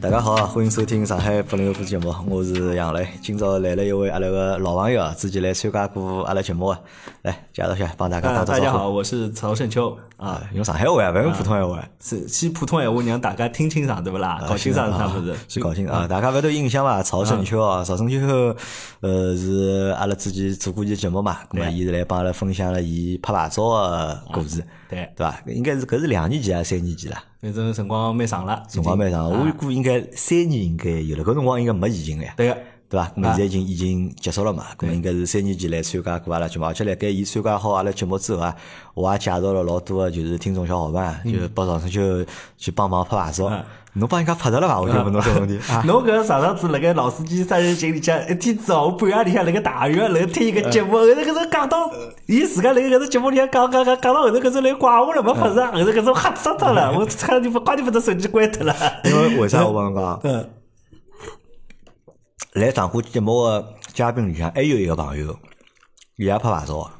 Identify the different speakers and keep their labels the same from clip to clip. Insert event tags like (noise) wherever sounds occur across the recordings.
Speaker 1: 大家好，啊欢迎收听上海八零后节目，我是杨磊。今朝来了一位阿拉个老朋友啊，之前来参加过阿拉节目啊，来介绍一下，帮大家
Speaker 2: 啊，
Speaker 1: 打
Speaker 2: 大
Speaker 1: 个
Speaker 2: 家
Speaker 1: 招
Speaker 2: 好，
Speaker 1: 呼
Speaker 2: 我是曹胜秋。
Speaker 1: 啊。用上海话啊，勿用普通话啊，
Speaker 2: 是先普通闲话让大家听清爽，对不啦？啊搞清爽是啥物事？
Speaker 1: 啊是搞清啊，大家勿都有印象伐？曹胜秋啊，曹胜秋呃是阿拉之前做过一期节目嘛，那么伊是来帮阿拉分享了伊拍牌照个故事，
Speaker 2: 啊对，
Speaker 1: 对伐？应该是搿是两年前还是三年前啦？
Speaker 2: 反正辰光蛮长了，
Speaker 1: 辰光蛮
Speaker 2: 啊
Speaker 1: 长，我估应该三年应该有了，搿辰光应该没疫情了呀。
Speaker 2: 对个，
Speaker 1: 对伐？咁现在已经已经结束了嘛？咁应该是三年前来参加过阿拉节目，而且辣盖伊参加好阿拉节目之后啊，我也介绍了老多个就是听众小伙伴啊，就是帮上春秋去帮忙拍牌照
Speaker 2: 嗯。
Speaker 1: 侬帮人家拍着了伐？我就问侬这啊个问题。啊
Speaker 2: (laughs) 侬搿上上次辣盖老司机三人行里向，一天早半夜里向辣盖大浴，辣盖听一个节
Speaker 1: 嗯
Speaker 2: 目，后头搿种讲到，伊自家辣盖搿种节目里向讲讲讲讲到后头搿种来怪我了，没法
Speaker 1: 嗯
Speaker 2: 子啊，后头搿种吓死脱了，我差点把快点把这手机关脱了。
Speaker 1: (laughs) 因为为啥我帮侬讲啊？
Speaker 2: (laughs) 嗯，
Speaker 1: 来上过节目个嘉宾里向还有一个朋友，伊也拍牌照个，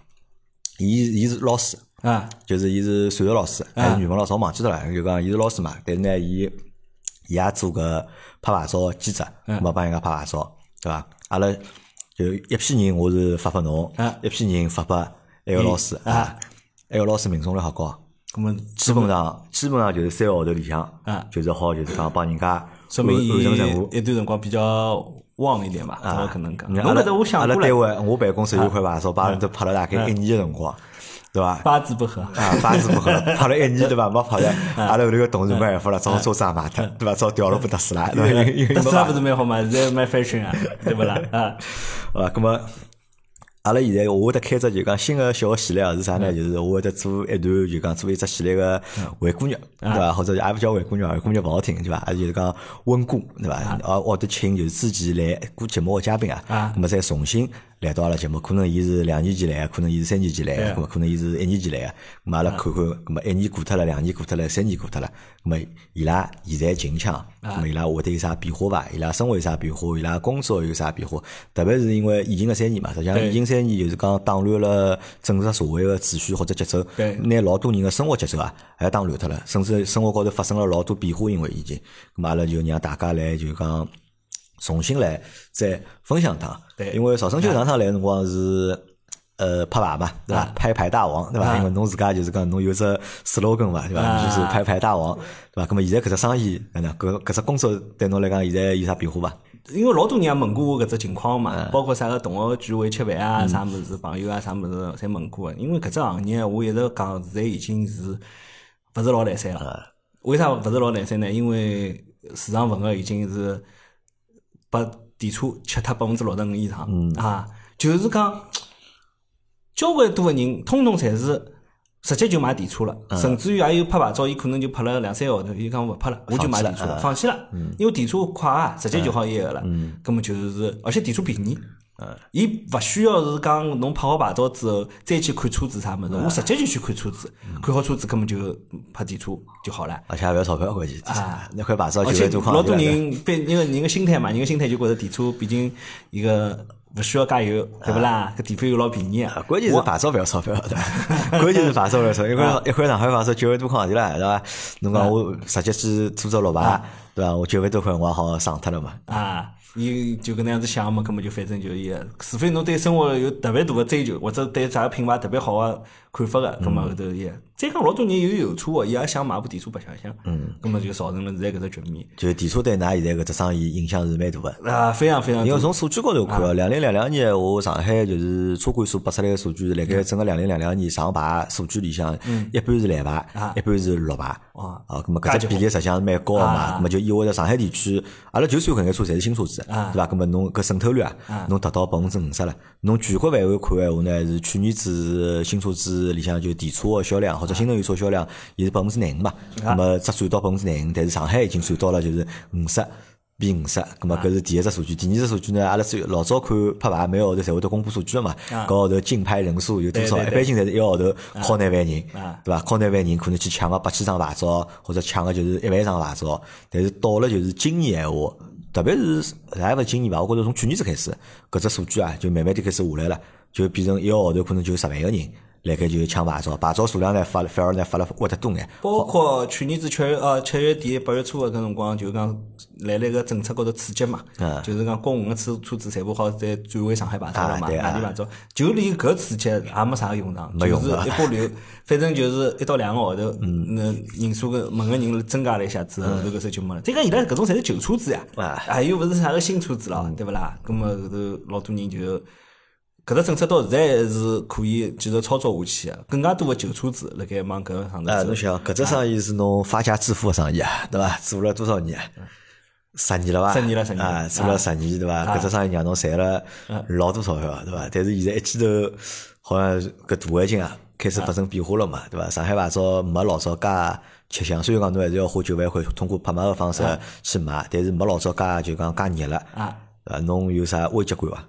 Speaker 1: 伊伊是老师。
Speaker 2: 啊，
Speaker 1: 就是伊是数学老师，还是语文老师，我忘记掉了。就讲伊是老师嘛，但是呢，伊伊也做搿拍牌照记者，
Speaker 2: 嗯
Speaker 1: 没帮人家拍牌照，对伐？阿拉就一批人，我是发拨侬
Speaker 2: 啊，
Speaker 1: 一批人发拨埃个老师
Speaker 2: 嗯啊，
Speaker 1: 埃个老师命中率好高，
Speaker 2: 搿么
Speaker 1: 基本上基本上就是三个号头里向
Speaker 2: 啊，
Speaker 1: 就是好就是讲帮人家
Speaker 2: 说明
Speaker 1: 完
Speaker 2: 伊
Speaker 1: 完成任务。
Speaker 2: 一段辰光比较旺一点吧，怎么可能
Speaker 1: 啊
Speaker 2: 讲？
Speaker 1: 你看
Speaker 2: 侬
Speaker 1: 阿拉
Speaker 2: 搿头我想
Speaker 1: 阿拉
Speaker 2: 过来啊
Speaker 1: 单，位，我办公室有块牌照，把人都拍了大概一年的辰光，对伐？
Speaker 2: 八字不合。
Speaker 1: 啊， (laughs) 八字不合，拍了一年对伐？没拍的，阿拉后头个同事没办法了，找车子也买脱，对伐？找掉了不特斯拉，对伐？因为
Speaker 2: 特斯拉
Speaker 1: 没
Speaker 2: 不
Speaker 1: 买
Speaker 2: 是蛮好嘛，现在蛮 fashion 啊，对不啦？啊，
Speaker 1: 啊，咁么。阿拉现在我会得开只就讲新个小个系列啊是啥呢？就是我会得做一段就讲做一只系列个回顾肉，对伐？或者也勿叫回顾肉，回顾肉勿好听，对伐？啊就是讲温故，对伐？啊，我得请就是之前来过节目个嘉宾啊，
Speaker 2: 啊
Speaker 1: 咁么再重新来到阿拉节目，可能伊是两年前来的，可能伊是三年前来的，
Speaker 2: 对
Speaker 1: 咁么可能伊是一年前来的，咁么阿拉看看，咁么一年过脱了，两年过脱了，三年过脱了，咁么伊拉现在近腔，咁么伊拉会得有啥变化伐？伊拉生活有啥变化？伊拉工作有啥变化？特别是因为疫情个三年嘛，实际上
Speaker 2: 对
Speaker 1: 疫情三年就是讲打乱了整个社会个秩序或者节奏，
Speaker 2: 对
Speaker 1: 拿老多人个生活节奏啊，也打乱脱了，甚至生活高头发生了老多变化，因为疫情，咁么阿拉就让大家来就讲。重新来再分享趟。
Speaker 2: 对
Speaker 1: 因为曹生秋上趟来的辰光是。呃，拍牌嘛，对吧？拍牌大王，对吧？
Speaker 2: 啊
Speaker 1: 因为侬自家就是讲侬有只 slogan 嘛，对吧？
Speaker 2: 啊
Speaker 1: 就是拍牌大王，对吧？那么现在搿只生意，哪能搿搿只工作对侬来讲现在有啥变化伐？
Speaker 2: 因为老多人也问过我搿只情况
Speaker 1: 嗯
Speaker 2: 嘛，包括啥个同学聚会吃饭啊，啥物事朋友啊，啥物事侪问过的。因为搿只行业，我一直讲，现在已经是勿是老来三
Speaker 1: 嗯
Speaker 2: 了。为啥勿是老来三呢？因为市场份额已经是把电车吃脱百分之六十五以上
Speaker 1: 嗯
Speaker 2: 啊，就是讲。交关多个人，通通侪是直接就买电车了，甚至于也有拍牌照，伊可能就拍了两三个号头，伊讲勿拍了，我就买电车了，嗯放弃了，因为电车快啊，直接就好一个了，根本就是，而且电车便宜。嗯伊勿需要是讲侬拍好牌照之后再去看车子啥物事，我直接就去看车子，看好车子根本就拍电车就好了。
Speaker 1: 而且也勿要钞票关键，
Speaker 2: 啊
Speaker 1: 那块牌照
Speaker 2: 而
Speaker 1: 九
Speaker 2: 且
Speaker 1: 万多块，
Speaker 2: 老多
Speaker 1: 对吧
Speaker 2: 人被一个人个心态嘛，人个心态就觉着电车毕竟一个勿需要加油，对勿啦？搿电费又老便宜
Speaker 1: 啊
Speaker 2: 啊，
Speaker 1: 关键是牌照勿要钞票，对伐？关键是牌照勿要钞票，一
Speaker 2: 啊
Speaker 1: 块一块上海牌照九万多块行钿了，对伐？侬讲我直接去做只绿牌，对伐？我九万多块我也好省脱了嘛。
Speaker 2: 啊，伊就搿能样子想嘛，根本就反正就伊个，除非侬对生活有特别大个追求，或者对啥个品牌特别好个看法个，葛末后头伊个。再讲老多人有有车个，伊也想买部电车白相相，嗯，葛末就造成了现在搿只局面，
Speaker 1: 就是电车对㑚现在搿只生意影响是蛮大个。
Speaker 2: 啊，非常非常
Speaker 1: 因为
Speaker 2: 多。
Speaker 1: 从数据高头看啊，两零两两年我上海就是车管所拨出来个数据，辣盖整个两零两两年上牌数据里向，一半是蓝牌
Speaker 2: 嗯啊，
Speaker 1: 一半是绿牌。
Speaker 2: 啊
Speaker 1: 啊，咁么搿只比例实际上是蛮高个嘛，
Speaker 2: 啊
Speaker 1: 咁么就意味着上海地区，阿拉就算搿眼车侪是新车子，
Speaker 2: 啊
Speaker 1: 对伐？咁么侬搿渗透率啊，侬达到百分之五十了。侬全国范围看闲话呢，是去年子新车子里向就电车个销量或者
Speaker 2: 啊
Speaker 1: 新能源车销量，也是百分之廿五嘛。咁么只占到百分之廿五，但是上海已经占到了就是五十。比五十，咁
Speaker 2: 啊
Speaker 1: 么搿是第一只数据，第二只数据呢？阿拉最老早看拍牌，每个号头侪会得公布数据个嘛，搿号头竞拍人数有多少？一
Speaker 2: 啊对对
Speaker 1: 般性侪是一个号头敲廿万人，
Speaker 2: 啊
Speaker 1: 对伐？靠廿万人可能去抢个八千张牌照，或者抢个就是一万张牌照。但是到了就是今年闲话，特别是还勿是今年吧，我觉着从去年子开始，搿只数据啊就慢慢地开始下来了，就变成一个号头可能就十万个人辣盖就是抢牌照，牌照数量呢发了反而呢发了挖得多眼。
Speaker 2: 包括去年子七月呃七月底八月初个搿辰光，就讲来了一个政策高头刺激嘛，
Speaker 1: 嗯
Speaker 2: 就是讲国五个车车子全部好再转为上海牌照了嘛，
Speaker 1: 啊对啊
Speaker 2: 外地牌照，就连搿刺激也没啥用场，
Speaker 1: 没用
Speaker 2: 就是
Speaker 1: 的
Speaker 2: 一波
Speaker 1: (laughs)
Speaker 2: 流，反正就是一到两个号头，嗯，人数个门个人增加了一下之后，后头搿手就没了。再讲伊拉搿种侪是旧车子呀，
Speaker 1: 嗯啊嗯
Speaker 2: 啊，又勿是啥个新车子了，对勿啦？葛么后头老多人就。搿只政策到现在是可以继续操作下去的，更加多的旧车子辣盖往搿个上头
Speaker 1: 啊，
Speaker 2: 走
Speaker 1: 侬想搿只生意是侬发家致富个生意啊，对伐？做了多少年啊？十年了伐？
Speaker 2: 十年了十年了啊
Speaker 1: 啊，做了十年对伐？搿只生意让侬赚了老多钞票对伐？但是现在一记头好像搿大环境啊开始发生变化了嘛，对伐？上海牌照没老早介吃香，虽然讲侬还是要花九万块通过拍卖个方式去买，但是没老早介就讲介热了，
Speaker 2: 啊，
Speaker 1: 对伐？侬有啥危机感伐？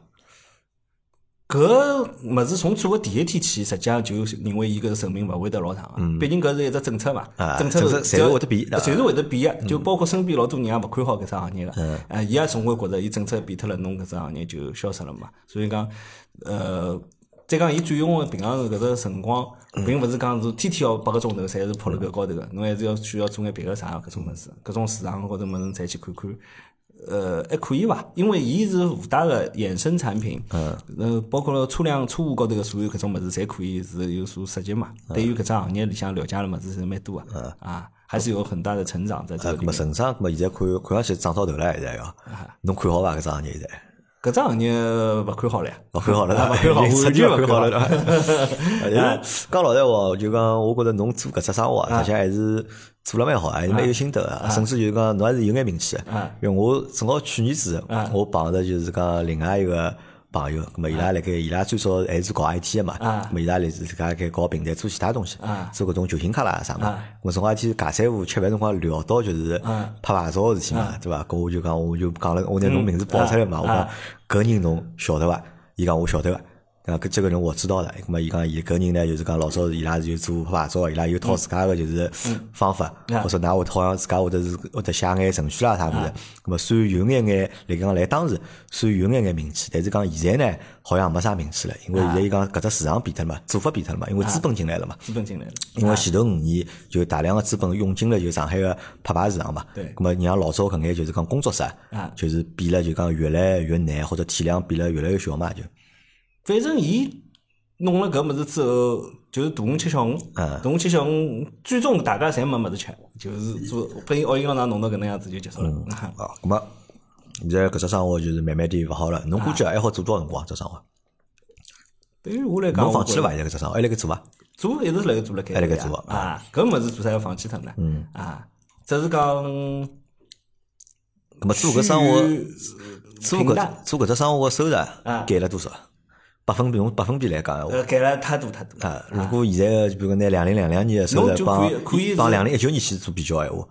Speaker 2: 搿物事从做个第一天起，实际上就认为伊搿寿命勿会得老长啊。毕竟搿是一只政策嘛
Speaker 1: 嗯啊，
Speaker 2: 政策
Speaker 1: 政策
Speaker 2: 只要
Speaker 1: 侪会得啊嗯变的
Speaker 2: 侪是会得变个。就包括身边老多人也勿看好搿只行业
Speaker 1: 嗯
Speaker 2: 个，呃，伊也总归觉着伊政策变脱了，侬搿只行业就消失了嘛。所以讲，呃，再讲伊占用个平常搿只辰光，
Speaker 1: 嗯
Speaker 2: 并勿是讲是天天要八个钟头侪是扑辣搿高头个，侬还是要需要做眼别个啥搿种物事，搿种市场高头物事侪去看看。呃，还可以伐？因为伊是附带个衍生产品，嗯，呃，包括了车辆车务高头个所有搿种物事，侪可以是有所涉及嘛。对于搿只行业里向了解的物事是蛮多啊，啊，还是有很大的成长在这
Speaker 1: 啊，
Speaker 2: 个
Speaker 1: 搿
Speaker 2: 里
Speaker 1: 么
Speaker 2: 面。
Speaker 1: 成长，搿么现在看看上去涨到头了，现在要，
Speaker 2: 啊
Speaker 1: 侬看好伐？搿只行业现在？
Speaker 2: 搿只行业勿看好了呀，
Speaker 1: 勿看好了，
Speaker 2: 啊勿看好，
Speaker 1: 已经彻
Speaker 2: 完
Speaker 1: 底
Speaker 2: 全
Speaker 1: 勿
Speaker 2: 勿
Speaker 1: 看好
Speaker 2: 看好
Speaker 1: 了。对伐但是讲老实话，就讲我觉着侬做搿只生活啊，实际上还是做了蛮好，啊还是蛮有心得的，甚至就是讲侬还是有眼名气的。因为我正好去年子，我碰着就是讲另外一个。朋友，啊咁么伊拉辣盖，伊拉最早还是搞 IT 的嘛，咁么伊拉辣自家辣盖搞平台做其他东西，做搿种球星卡啦啥嘛。我从那天尬三胡吃饭辰光聊到就是拍牌照的事体嘛，对伐？搿我就讲，我就讲了，我拿侬名字报出来嘛，我讲搿人侬晓得伐？伊讲我晓得个，啊，搿这个人我知道的。咁么，伊讲伊搿人呢，就是讲老早伊拉就做拍牌照的，伊拉有套自家个就是方法，
Speaker 2: 啊
Speaker 1: 或者㑚会好像自家会得是会得写眼程序啦啥物事。咁么虽然有眼眼，来讲来当时虽然有眼眼名气，但是讲现在呢，好像没啥名气了，因为现在伊讲搿只市场变脱了嘛，做法变脱了嘛，因为资本进来了嘛。
Speaker 2: 资本进来了。
Speaker 1: 因为前头五年就大量的资本涌进了就上海个拍牌市场嘛，
Speaker 2: 对
Speaker 1: 咁么让老早搿眼就是讲工作室啊
Speaker 2: 啊
Speaker 1: 就是变了就讲越来越难，或者体量变了越来越小嘛，就
Speaker 2: 反正伊弄了搿物事之后，就是大红吃小红，大红吃小红，最终大家侪没物事吃，就是做被奥运浪潮弄到搿能样子就结束了。
Speaker 1: 啊，咁么现在搿只生活就是慢慢地勿好了。侬估
Speaker 2: 啊
Speaker 1: 计还好做多少辰光？啊这生活，
Speaker 2: (laughs) 对于我来讲，
Speaker 1: 侬
Speaker 2: 我
Speaker 1: 放弃了
Speaker 2: 觉
Speaker 1: 伐？现在搿只生活还辣盖做啊伐？
Speaker 2: 做一直辣盖做辣盖，
Speaker 1: 还辣盖做
Speaker 2: 啊！搿物事做啥要放弃脱呢？嗯啊，只是讲
Speaker 1: 咁么做搿生活，
Speaker 2: 趋
Speaker 1: 做
Speaker 2: 于呃平
Speaker 1: 搿
Speaker 2: 淡，啊
Speaker 1: 做搿只生活个收入减了多少？百分比，侬百分比来讲闲话
Speaker 2: 呃，改了太多太多
Speaker 1: 啊，如果现在比如讲拿两零两两年个收
Speaker 2: 侬
Speaker 1: 入
Speaker 2: 就
Speaker 1: 帮
Speaker 2: 可以可以是
Speaker 1: 帮两零一九年去做比较闲话。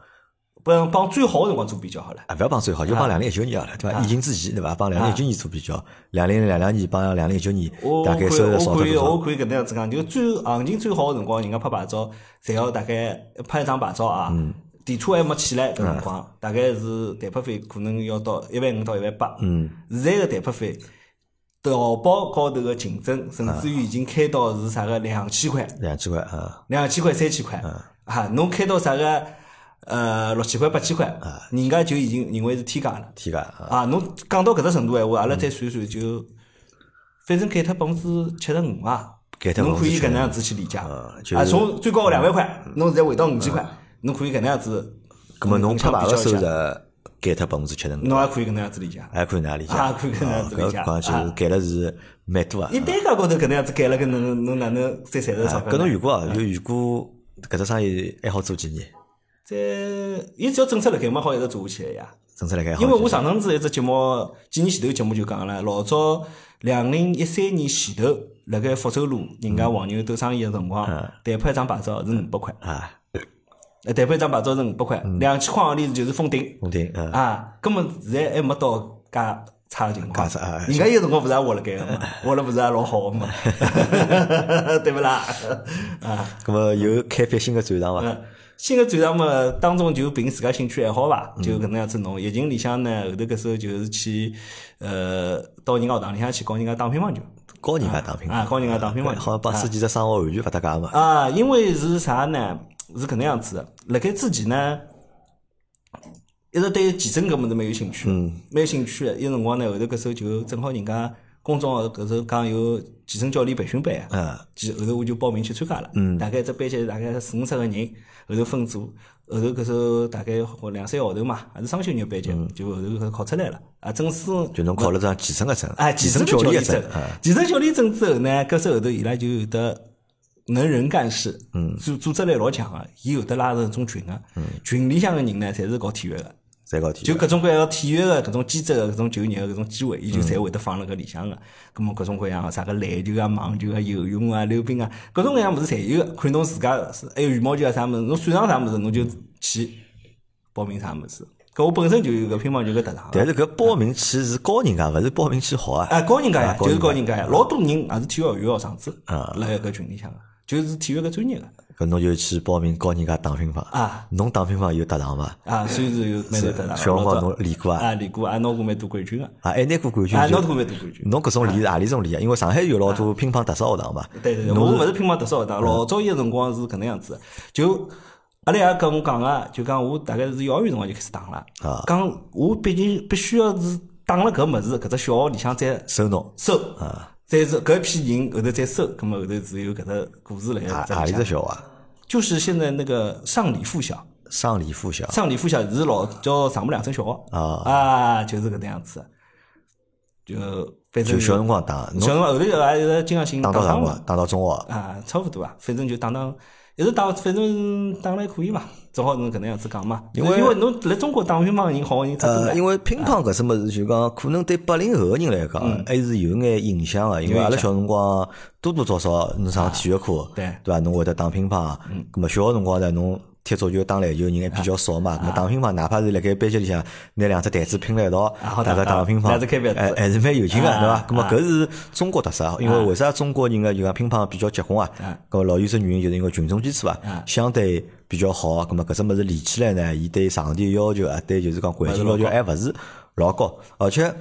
Speaker 2: 帮帮最好个辰光做比较好了。
Speaker 1: 啊，不要帮最好，就帮两零一九年好了，对
Speaker 2: 啊
Speaker 1: 伐？疫情之前，对伐？帮两零一九年做比较，两零两两年帮两零一九年
Speaker 2: 我
Speaker 1: 大
Speaker 2: 可
Speaker 1: 概
Speaker 2: 以
Speaker 1: 收入少
Speaker 2: 我
Speaker 1: 脱
Speaker 2: 可以
Speaker 1: 多
Speaker 2: 我
Speaker 1: 少？
Speaker 2: 可以搿能样子讲，就最行情最好个辰光，人家拍牌照，侪要大概拍一张牌照啊。
Speaker 1: 嗯
Speaker 2: 电车还没起来搿辰
Speaker 1: 啊
Speaker 2: 光，大概是代拍费可能要到一万五到一万八。嗯，现在个代拍费，淘宝高头个竞争，甚至于已经开到是啥个两千块。
Speaker 1: 两千块啊，
Speaker 2: 两千块、三千块，
Speaker 1: 嗯
Speaker 2: 啊，侬开到啥个呃六千块、八千块，
Speaker 1: 嗯
Speaker 2: 人家就已经认为是天价了。
Speaker 1: 天价啊！
Speaker 2: 啊，侬讲到搿只程度闲话，
Speaker 1: 嗯
Speaker 2: 阿拉再算算就，反正减脱百分之七十五啊
Speaker 1: 减，脱
Speaker 2: 侬可以
Speaker 1: 75%
Speaker 2: 搿能样子去理解。
Speaker 1: 嗯就嗯
Speaker 2: 啊，从最高个两万块，侬现在回到五千块，侬可以搿能样子。
Speaker 1: 咁么侬拍牌个
Speaker 2: 个
Speaker 1: 收入减脱百分之七十五，
Speaker 2: 侬也可以搿能样子理解。
Speaker 1: 还可以哪理解？
Speaker 2: 啊可以搿能样子理解
Speaker 1: 哦搿讲就是减了是蛮多啊。
Speaker 2: 一单价高头搿能样子减了，搿能侬哪能再赚着钞票
Speaker 1: 搿
Speaker 2: 呢？
Speaker 1: 侬如果啊，就如果搿只生意还好做几年，
Speaker 2: 再，伊只要政策辣盖，蛮好一直做下去个呀。
Speaker 1: 政策辣盖好。
Speaker 2: 因为我上趟子一只节目，几年前头节目就讲了，老早两零一三年前头，辣盖福州路，人
Speaker 1: 嗯
Speaker 2: 家黄牛斗生意个辰光，代拍一张牌照是五百块，
Speaker 1: 啊，
Speaker 2: 呃代拍一张牌照是五百块，
Speaker 1: 嗯
Speaker 2: 两千块行钿就是封顶
Speaker 1: 我听啊，
Speaker 2: 啊。根本现在还没到介差个情况
Speaker 1: 介差啊，
Speaker 2: 人家有辰光勿是也活辣盖
Speaker 1: (laughs)
Speaker 2: 个嘛，活了勿是也老好个嘛， (laughs) 对勿啦？啊。
Speaker 1: 咁么有开辟新的啊战场伐？
Speaker 2: 嗯，新个转让嘛，当中就凭自家兴趣爱好伐，就搿能样子弄。疫情里向呢，后头搿时候就是去呃到人家学堂里向去教人家打乒乓球，
Speaker 1: 高人家打拼
Speaker 2: 啊，高人家打拼嘛，
Speaker 1: 好像帮自己的生活完全勿搭界嘛。
Speaker 2: 啊，因为是啥呢？是搿能样子的。辣盖之前呢，一直对健身搿物事蛮有兴趣，蛮有兴趣的。有辰光呢，后头搿时候就正好人家公众号搿时候讲有健身教练培训班，啊
Speaker 1: 嗯，
Speaker 2: 其后头我就报名去参加了。大概一只班级大概四五十个人，后头分组，后头搿时候大概两三个号头嘛，还是双休日班级，就后头搿考出来了。啊，正式
Speaker 1: 就侬考了张健身个证，
Speaker 2: 哎，
Speaker 1: 健
Speaker 2: 健
Speaker 1: 身
Speaker 2: 身
Speaker 1: 教
Speaker 2: 教
Speaker 1: 练
Speaker 2: 啊练
Speaker 1: 个证
Speaker 2: 证，，哎
Speaker 1: 嗯
Speaker 2: 健身教练证之后呢，搿时候后头伊拉就有得能人干事，嗯，组组织力老强个，伊有得拉成种群个，啊群里向个人呢，侪是搞体育个，
Speaker 1: 侪搞体
Speaker 2: 就
Speaker 1: 育。
Speaker 2: 各种各样个体育个搿种兼职个搿种就业个搿种机会，伊就侪会得放辣搿里向个。葛么各种各样个啥个篮球啊、网球啊、游泳啊、溜冰啊，各种各样物事侪有个，看侬自家是还有羽毛球啊啥物事，侬擅长啥物事侬就去报名啥物事。搿我本身就有搿乒乓球搿特长个。
Speaker 1: 但是搿报名去是高人家，勿是报名去好啊。
Speaker 2: 哎，高人家呀，
Speaker 1: 高
Speaker 2: 就是
Speaker 1: 人家啊
Speaker 2: 高人家呀，老多人也是体育学院的学生子，辣搿群里向的，就是体育搿专业的
Speaker 1: 搿侬就去报名高人家打乒乓
Speaker 2: 啊。
Speaker 1: 侬打乒乓有搭档伐？
Speaker 2: 啊，虽然是有蛮多得的，
Speaker 1: 小辰光
Speaker 2: 老早
Speaker 1: 侬练过啊
Speaker 2: 啊，练过，也拿过蛮多冠军的，
Speaker 1: 啊，还拿过冠军
Speaker 2: 啊，
Speaker 1: 就
Speaker 2: 拿过蛮多冠军。
Speaker 1: 侬搿种练是何里种练啊？因为上海有老多乒乓特色学堂嘛。
Speaker 2: 对对对，我勿是乒乓特
Speaker 1: 嗯
Speaker 2: 少学堂，老早伊个辰光是搿能样子的，就阿拉爷跟我讲个，就讲我大概是幼儿园辰光就开始打了
Speaker 1: 啊，
Speaker 2: 讲我毕竟必须要是打了搿物事，搿只小学里向再
Speaker 1: 收侬
Speaker 2: 收，
Speaker 1: 啊
Speaker 2: 再是搿批人后头再收，葛末后头是有搿只故事来
Speaker 1: 啊，
Speaker 2: 在
Speaker 1: 何
Speaker 2: 里
Speaker 1: 里
Speaker 2: 向
Speaker 1: 只。小学啊？
Speaker 2: 就是现在那个上里附小，
Speaker 1: 上里附小
Speaker 2: 上里附小是老叫上不两村小学
Speaker 1: 啊
Speaker 2: 啊，就是搿能样子，就反正
Speaker 1: 就小辰光打，
Speaker 2: 小
Speaker 1: 侬
Speaker 2: 辰光后头也有经常性
Speaker 1: 打到啥
Speaker 2: 伤
Speaker 1: 辰
Speaker 2: 了
Speaker 1: 光？打到中学。
Speaker 2: 啊，差不多吧，反正就打打，一直打，反正打了还可以吧，正好侬搿能样子讲嘛，因
Speaker 1: 为
Speaker 2: 因为侬来中国打乒乓的人好的人太多
Speaker 1: 呃，
Speaker 2: 了
Speaker 1: 因为乒乓搿什么事，就讲可能对八零后个人来
Speaker 2: 嗯
Speaker 1: 讲，还是有眼影响啊个。因为阿拉小辰光多多少少侬上体育课，
Speaker 2: 啊对嗯
Speaker 1: 对伐？侬会得打乒乓，咁么小个辰光呢，侬踢足球、打篮球人还比较少
Speaker 2: 啊
Speaker 1: 嘛。咁么打乒乓，哪怕是辣盖班级里向拿两只台子拼辣一道，
Speaker 2: 啊好
Speaker 1: 大
Speaker 2: 打
Speaker 1: 家打乒
Speaker 2: 拿
Speaker 1: 乓
Speaker 2: 着开板，子
Speaker 1: 哎还是蛮有劲个，
Speaker 2: 啊
Speaker 1: 对伐？咁么
Speaker 2: 啊
Speaker 1: 搿是中国特色，因为为啥中国人个就讲乒乓比较结棍啊？咁么老有一只原因就是因为群众基础啊，相对。比较好，啊咁么搿只物事练起来呢，伊对场地要求啊，对就是讲环境要求还勿哎是老高，而且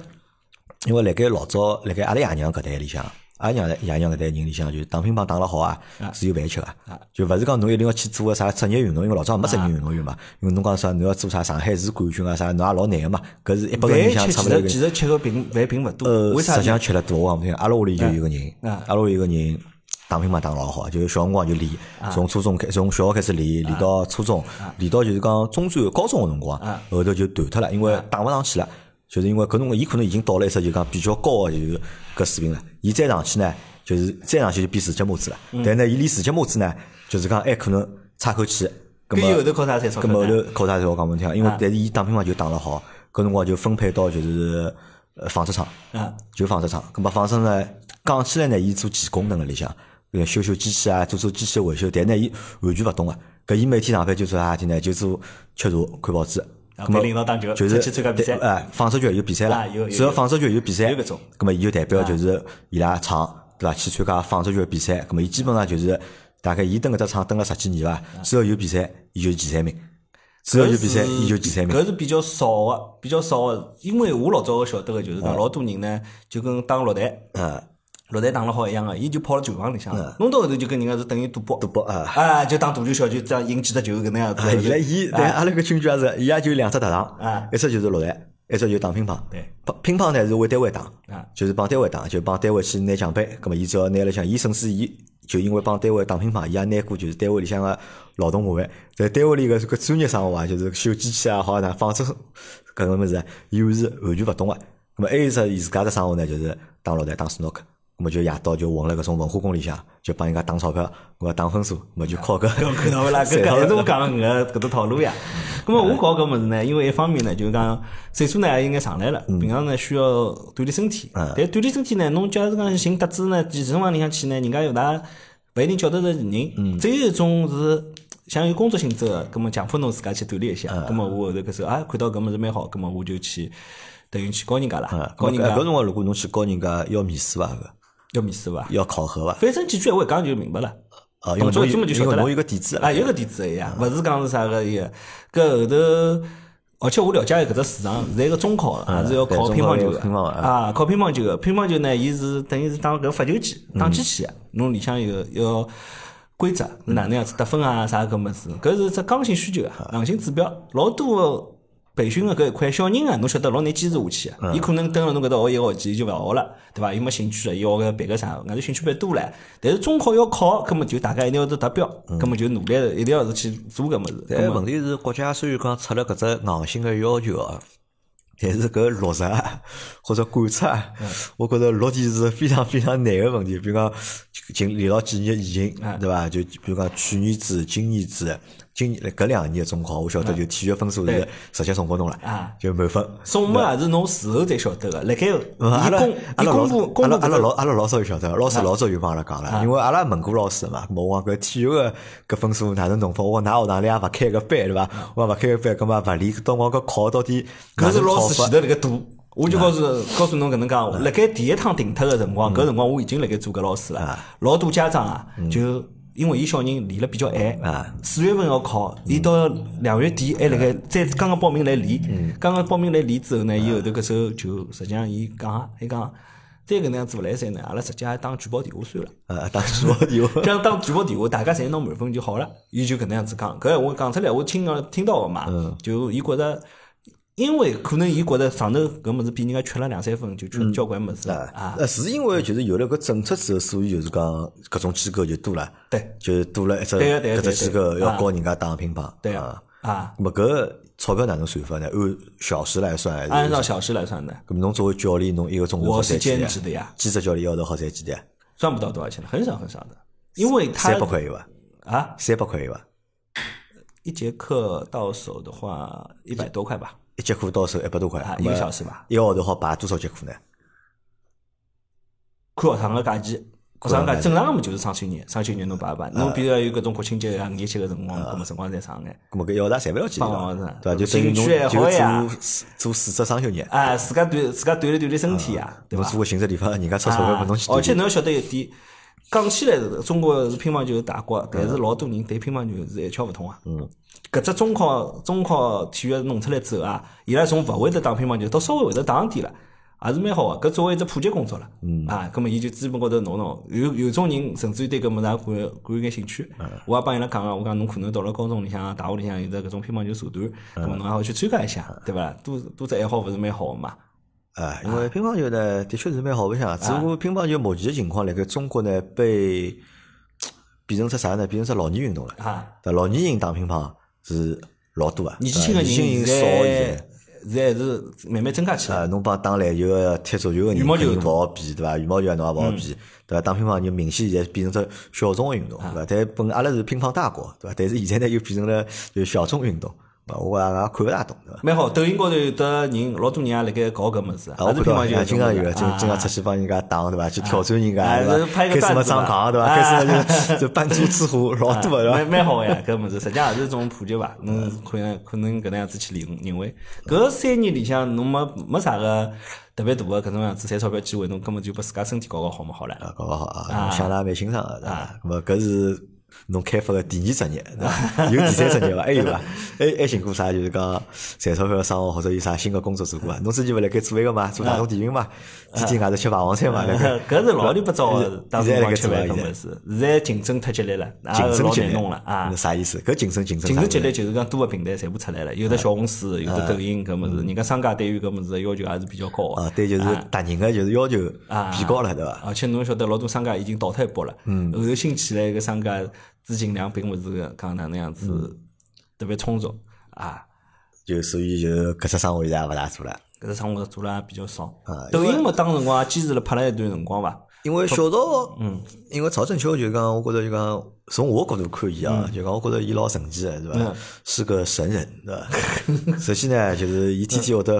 Speaker 1: 因为辣盖老早辣盖阿拉爷娘搿代里向，阿拉娘爷娘搿代人里向，就是打乒乓打了好啊，是有饭吃个，就勿是讲侬一定要去做个啥职业运动员，因为老早也没职业运动员嘛，因为侬讲啥侬要做啥上海市冠军啊啥，侬也老难个嘛，搿是一百个人里向
Speaker 2: 饭吃
Speaker 1: 出
Speaker 2: 其
Speaker 1: 勿来一
Speaker 2: 实
Speaker 1: 个
Speaker 2: 其。实吃个并饭并勿多，
Speaker 1: 呃，
Speaker 2: 为
Speaker 1: 实
Speaker 2: 啥
Speaker 1: 际
Speaker 2: 呢？
Speaker 1: 上吃了多，我讲勿听。阿拉屋里就有一个人，
Speaker 2: 啊
Speaker 1: 阿拉屋里有一个人打乒乓打老好，就是小辰光就练，
Speaker 2: 啊
Speaker 1: 从初中开，从小学开始练，练到初中，练到就是讲中专、高中个辰光，
Speaker 2: 啊
Speaker 1: 后头就断脱了，因为打勿上去了。就是因为搿辰光，伊可能已经到了一只就讲比较高个就是搿水平了。伊再上去呢，就是再上去就变四脚母子了。
Speaker 2: 嗯
Speaker 1: 但呢，伊练四脚母子呢，就是讲还可能差口气。搿
Speaker 2: 跟伊
Speaker 1: 么
Speaker 2: 后头靠啥才钞
Speaker 1: 搿
Speaker 2: 票
Speaker 1: 么后
Speaker 2: 呢？
Speaker 1: 头考察才我讲勿听，因为
Speaker 2: 啊
Speaker 1: 但是伊打乒乓球打了好，搿辰光就分配到就是呃纺织厂，
Speaker 2: 啊，
Speaker 1: 就纺织厂。搿么纺织呢，讲起来呢，伊做技工等个里向，呃修修机器啊，做做机器维修，但呢伊完全勿懂个。搿伊每天上班就做啥事体呢？就做吃茶、看报纸。
Speaker 2: 啊
Speaker 1: 搿么
Speaker 2: 陪领导打球
Speaker 1: 就是
Speaker 2: 出去参加比赛
Speaker 1: 对哎，纺织局有比赛
Speaker 2: 啊
Speaker 1: 了
Speaker 2: 有有，
Speaker 1: 只要纺织局有比赛，
Speaker 2: 有搿种啊
Speaker 1: 咁么伊就代表就是伊拉厂对伐去参加纺织局的比赛，咁么伊基本上就是大概伊蹲搿只厂蹲了十几年伐，
Speaker 2: 啊
Speaker 1: 只要有比赛，伊就是前三名，只要有比赛，
Speaker 2: 搿是
Speaker 1: 伊就前三名。
Speaker 2: 搿是比较少个，比较少个，因为我老早晓得个
Speaker 1: 啊
Speaker 2: 就是讲，老多人呢就跟打落台，
Speaker 1: 嗯，
Speaker 2: 落台打了好一样个，伊就跑到球房里向，弄到后头就跟人家是等于赌博，赌
Speaker 1: 啊博啊
Speaker 2: 啊，就打大球小球，这样赢几只球搿能样子
Speaker 1: 啊，。伊拉伊对阿拉搿军也是，伊也就两只特
Speaker 2: 啊
Speaker 1: 长，一只就是落台，一只就是打乒乓。
Speaker 2: 对
Speaker 1: 帮，乒乓呢是为单位打
Speaker 2: 啊，
Speaker 1: 就是帮单位打，就帮单位去拿奖杯。葛么伊只要拿了奖，伊甚至伊就因为帮单位打乒乓，伊也拿过就是单位里向个劳动模范。在单位里个搿专业生活啊，就是修机器啊，好像纺织搿种物事啊，伊是完全勿懂个。葛么还有一只伊自家只生活呢，就是打落台打 snooker。葛么就夜到就混了搿种文化宫里向，就帮人家打钞票，我打分数，我就 (laughs) 靠搿
Speaker 2: 看到勿啦？搿搿是我讲搿个搿只套路呀。咁么我搞搿物事呢，因为一方面呢，就是讲岁数呢也应该上来了，平常呢需要锻炼身体。但锻炼身体呢，侬假如讲寻搭子呢，健身房里向去呢，人家有㑚勿一定叫得着人。只有一种是。像有工作性质的，葛么强迫侬自家去锻炼一下。葛么我后头搿时候啊，看到搿物事蛮好，葛么我就去等于去教人家啦，教人
Speaker 1: 嗯搿
Speaker 2: 家
Speaker 1: 辰光如果侬去教人家要面试伐搿
Speaker 2: 要面试伐？
Speaker 1: 要考核伐？
Speaker 2: 反正几句闲话讲就明白了。
Speaker 1: 啊，因为
Speaker 2: 动作
Speaker 1: 侬
Speaker 2: 这么就
Speaker 1: 因
Speaker 2: 晓
Speaker 1: 为
Speaker 2: 得了
Speaker 1: 侬有个底子
Speaker 2: 啊，有个底子一样，勿是讲是啥个伊个。搿后头而且我了解搿只市场，现在个中考
Speaker 1: 嗯
Speaker 2: 还是要
Speaker 1: 对
Speaker 2: 考
Speaker 1: 中
Speaker 2: 乒
Speaker 1: 考
Speaker 2: 乓球
Speaker 1: 有
Speaker 2: 的
Speaker 1: 乒乓啊
Speaker 2: 啊，考乒乓球的。乒乓球呢，伊是等于是打搿发球机打机器
Speaker 1: 嗯
Speaker 2: 的，侬里向有要规则是哪能样子得分啊啥搿物事，搿是只刚性需求啊，硬性指标老多的培训的搿一块小人啊，侬晓得老难坚持下去的。
Speaker 1: 嗯
Speaker 2: 伊可能蹲辣侬搿搭学一个学期，伊就勿学了，对伐？伊没兴趣了，伊学个别个啥，外头兴趣班多唻。但是中考要考，根本就大家一定要都达标，
Speaker 1: 嗯
Speaker 2: 根本就努力一定要是去做搿物事。
Speaker 1: 但问题是，国家虽然讲出了搿只硬性个要求啊，但是搿落实啊 (laughs) 或者贯彻啊，
Speaker 2: 嗯
Speaker 1: 我觉着落地是非常非常难个问题。比如讲，近连牢几年疫情，
Speaker 2: 嗯
Speaker 1: 对伐？就比如讲去年子、今年子、今年搿两年个中考，我晓得就体育分数是
Speaker 2: 嗯对
Speaker 1: 直接送拨侬了
Speaker 2: 啊，
Speaker 1: 就满分。
Speaker 2: 送么也是侬事后才晓得个，辣盖伊
Speaker 1: 嗯阿拉
Speaker 2: 公
Speaker 1: 阿
Speaker 2: 伊
Speaker 1: 拉
Speaker 2: 公
Speaker 1: 老
Speaker 2: 布公
Speaker 1: 阿
Speaker 2: 布
Speaker 1: 拉阿拉
Speaker 2: 搿
Speaker 1: 老阿拉老早就晓得了，老师老早就帮阿拉讲
Speaker 2: 啊
Speaker 1: 了，因为阿拉问过老师嘛，咾我讲搿体育个搿分数哪能弄法？我讲㑚学堂里也勿开个班对伐？我讲勿开个班，搿么勿理到我搿考到底
Speaker 2: 只搿嗯是
Speaker 1: 哪能
Speaker 2: 老
Speaker 1: 考
Speaker 2: 师
Speaker 1: 法
Speaker 2: 前头辣盖赌。我就告诉告诉侬搿能介话，辣盖第一趟停脱个辰光，搿辰光我已经辣盖做搿老师了。老多家长啊，就因为伊小人离了比较
Speaker 1: 啊
Speaker 2: 晚，四月份要考，伊到两月底还辣盖再刚刚报名来练，刚刚报名来练之后呢，伊后头搿时候就实际上伊讲，伊讲再搿能样子勿来三呢，阿拉直接打举报电话算了。
Speaker 1: (laughs) 呃，当时我有 (laughs)
Speaker 2: 这样打举报电话，大家侪拿满分就好了。伊就搿能样子讲，搿闲话讲出来，我听个听到个嘛，
Speaker 1: 嗯
Speaker 2: 就伊觉着，因为可能伊觉着上头搿物事比人家缺了两三分，就
Speaker 1: 嗯
Speaker 2: 缺交关物事 (laughs) 啊。
Speaker 1: 呃，是因为就是有了搿政策之后，所以就是讲搿种机构就多了，
Speaker 2: 对，
Speaker 1: 就是多了一只
Speaker 2: 对啊个对
Speaker 1: 搿只
Speaker 2: 个对个
Speaker 1: 机构
Speaker 2: 对个
Speaker 1: 要教人家打乒乓，
Speaker 2: 对
Speaker 1: 啊
Speaker 2: 啊，，啊，
Speaker 1: 咾搿钞票哪能算法呢？按小时来算还
Speaker 2: 按
Speaker 1: 是？
Speaker 2: 照小时来算的，
Speaker 1: 咾么侬作为教练，侬一个钟头好
Speaker 2: 我
Speaker 1: 赚
Speaker 2: 是
Speaker 1: 几钿
Speaker 2: 兼
Speaker 1: 啊
Speaker 2: 职的呀，
Speaker 1: 兼职教练一个号头好赚几钿啊？
Speaker 2: 赚不到多少钱的，很少很少的，因为他
Speaker 1: 嗯三百块一个伐，
Speaker 2: 啊，
Speaker 1: 三百块一个伐，
Speaker 2: 一节课到手的话一百多块吧，
Speaker 1: 一节课到手一百多块
Speaker 2: 啊，，
Speaker 1: 那
Speaker 2: 一
Speaker 1: 么
Speaker 2: 个小时吧，
Speaker 1: 一个号头好排多少节课呢？
Speaker 2: 看学堂个假期。学堂假正常个嘛就是双休日，双休日侬摆一摆，侬比如讲有搿种国庆节啊、五一节个辰光，搿么辰光再上眼。
Speaker 1: 咁么搿一个号头也赚勿了几钿
Speaker 2: 帮
Speaker 1: 对
Speaker 2: 忙
Speaker 1: 伐
Speaker 2: 是？
Speaker 1: 对伐？就等于
Speaker 2: 兴趣爱好呀
Speaker 1: 侬就做四做四只双休日，
Speaker 2: 啊，自家锻自家锻炼锻炼身体啊呀，对
Speaker 1: 侬
Speaker 2: 伐？
Speaker 1: 做个行政地方，人家出钞票拨侬去
Speaker 2: 啊而
Speaker 1: 锻
Speaker 2: 且
Speaker 1: 炼，
Speaker 2: 侬要晓得一点，讲起来是中国是乒乓球的大国，但是老多人对乒乓球是一窍勿通啊。嗯。搿只中考中考体育弄出来之后啊，伊拉从勿会得打乒乓球到稍微会得打一点了。还是蛮好个，搿作为一只普及工作了，嗯、啊，葛末伊就基本高头弄弄，有有种人甚至于对搿物事也感感眼兴趣，我也帮伊拉讲啊，我讲侬可能到了高中里向、啊大学里向有得搿种乒乓球社团，葛末侬也好去参加一下，对伐？多多只爱好勿是蛮好个嘛？
Speaker 1: 啊，因为乒乓球呢，的确是蛮好白相啊。只不过乒乓球目前的情况，辣盖中国呢，被变成出啥呢？变成出老年运动了。
Speaker 2: 啊，
Speaker 1: 对老年人打乒乓是老多啊，
Speaker 2: 年纪轻个
Speaker 1: 啊
Speaker 2: 人
Speaker 1: 年轻人少现在
Speaker 2: 在。现在是慢慢增加起
Speaker 1: 啊，
Speaker 2: 来。
Speaker 1: 侬帮打篮球个、踢足球个人
Speaker 2: 羽毛球嗯
Speaker 1: 肯定勿好比，对伐？羽毛球啊侬也勿好比，对伐？打乒乓球明显现在变成只小众个运动，
Speaker 2: 啊
Speaker 1: 对伐？但本阿拉是乒乓大国，对伐？但是现在呢又变成了就是小众运动，对伐？我也也看勿大懂，对伐？
Speaker 2: 蛮好，抖音高头有得人，老多人也辣盖搞搿物事，
Speaker 1: 啊，我
Speaker 2: 还是
Speaker 1: 看
Speaker 2: 乒
Speaker 1: 到啊
Speaker 2: 乓球有
Speaker 1: 经常有
Speaker 2: 种
Speaker 1: 个，
Speaker 2: 的
Speaker 1: 就经常出去帮人家打，对伐？去挑战人家，
Speaker 2: 啊就是
Speaker 1: 对
Speaker 2: 拍
Speaker 1: 伐？开
Speaker 2: 个
Speaker 1: 什么
Speaker 2: 段子
Speaker 1: 张
Speaker 2: 吧
Speaker 1: 狂，对伐？
Speaker 2: 啊
Speaker 1: 开始么就 (laughs) 就扮猪吃虎， (laughs) 老多个，
Speaker 2: 啊
Speaker 1: 对伐？
Speaker 2: 蛮蛮好个呀，搿物事实际上也是一种普
Speaker 1: (laughs)
Speaker 2: 及伐。
Speaker 1: 嗯
Speaker 2: 侬可能可能搿能样子去领认为，搿三年里向侬没没啥个特别大个搿种样子赚钞票机会，侬根本就把自家身体搞搞好嘛好了。 (laughs)
Speaker 1: 啊，搞搞好啊，想得也蛮欣赏个，对
Speaker 2: 啊
Speaker 1: 伐？咾么搿是侬开发个第二职业，对伐？有第三职业伐？还有伐？还还寻过啥？就是讲赚钞票生活或者有啥新个工作做过伐？啊侬之前勿辣盖做一个嘛，做大众点评嘛，天天外头吃霸王餐嘛，辣盖
Speaker 2: 搿是老里八糟个，
Speaker 1: (laughs)
Speaker 2: 当
Speaker 1: 现在
Speaker 2: 时
Speaker 1: 辣
Speaker 2: 光
Speaker 1: 盖
Speaker 2: 吃
Speaker 1: 做伐
Speaker 2: 饭搿物事，现在竞争太激烈了，也
Speaker 1: 竞
Speaker 2: 是
Speaker 1: 争
Speaker 2: 老
Speaker 1: 激
Speaker 2: 难
Speaker 1: 烈
Speaker 2: 弄了啊
Speaker 1: 那。啥意思？搿竞争竞争
Speaker 2: 竞
Speaker 1: 啥
Speaker 2: 争
Speaker 1: 意
Speaker 2: 激
Speaker 1: 思？
Speaker 2: 烈就是讲多个平台全部出来了，有
Speaker 1: 哎
Speaker 2: 的小红书，有的抖音搿么
Speaker 1: 嗯
Speaker 2: 子，人家商家对于搿么子的要求还是比较高
Speaker 1: 啊
Speaker 2: 的。，
Speaker 1: 对，就是达人个就是要求
Speaker 2: 啊
Speaker 1: 提高了，对伐？
Speaker 2: 而且侬晓得老多商家已经淘汰一波了，
Speaker 1: 嗯
Speaker 2: 后头新起来一个商家资金量并勿是讲哪能样子
Speaker 1: 嗯
Speaker 2: 特别充足啊，
Speaker 1: 就所以就搿只生活现在也勿大做了。
Speaker 2: 搿只生活做了也比较少
Speaker 1: 啊。
Speaker 2: 抖音嘛，当辰光也坚持了拍了一段辰光伐，
Speaker 1: 因为小道，嗯，因为曹正秋就讲，我觉得就讲，从我角度看伊
Speaker 2: 嗯
Speaker 1: 啊，就讲我觉得伊老神奇的，是吧？是个神人，对吧？ (laughs) 首先呢，就是伊天天会得，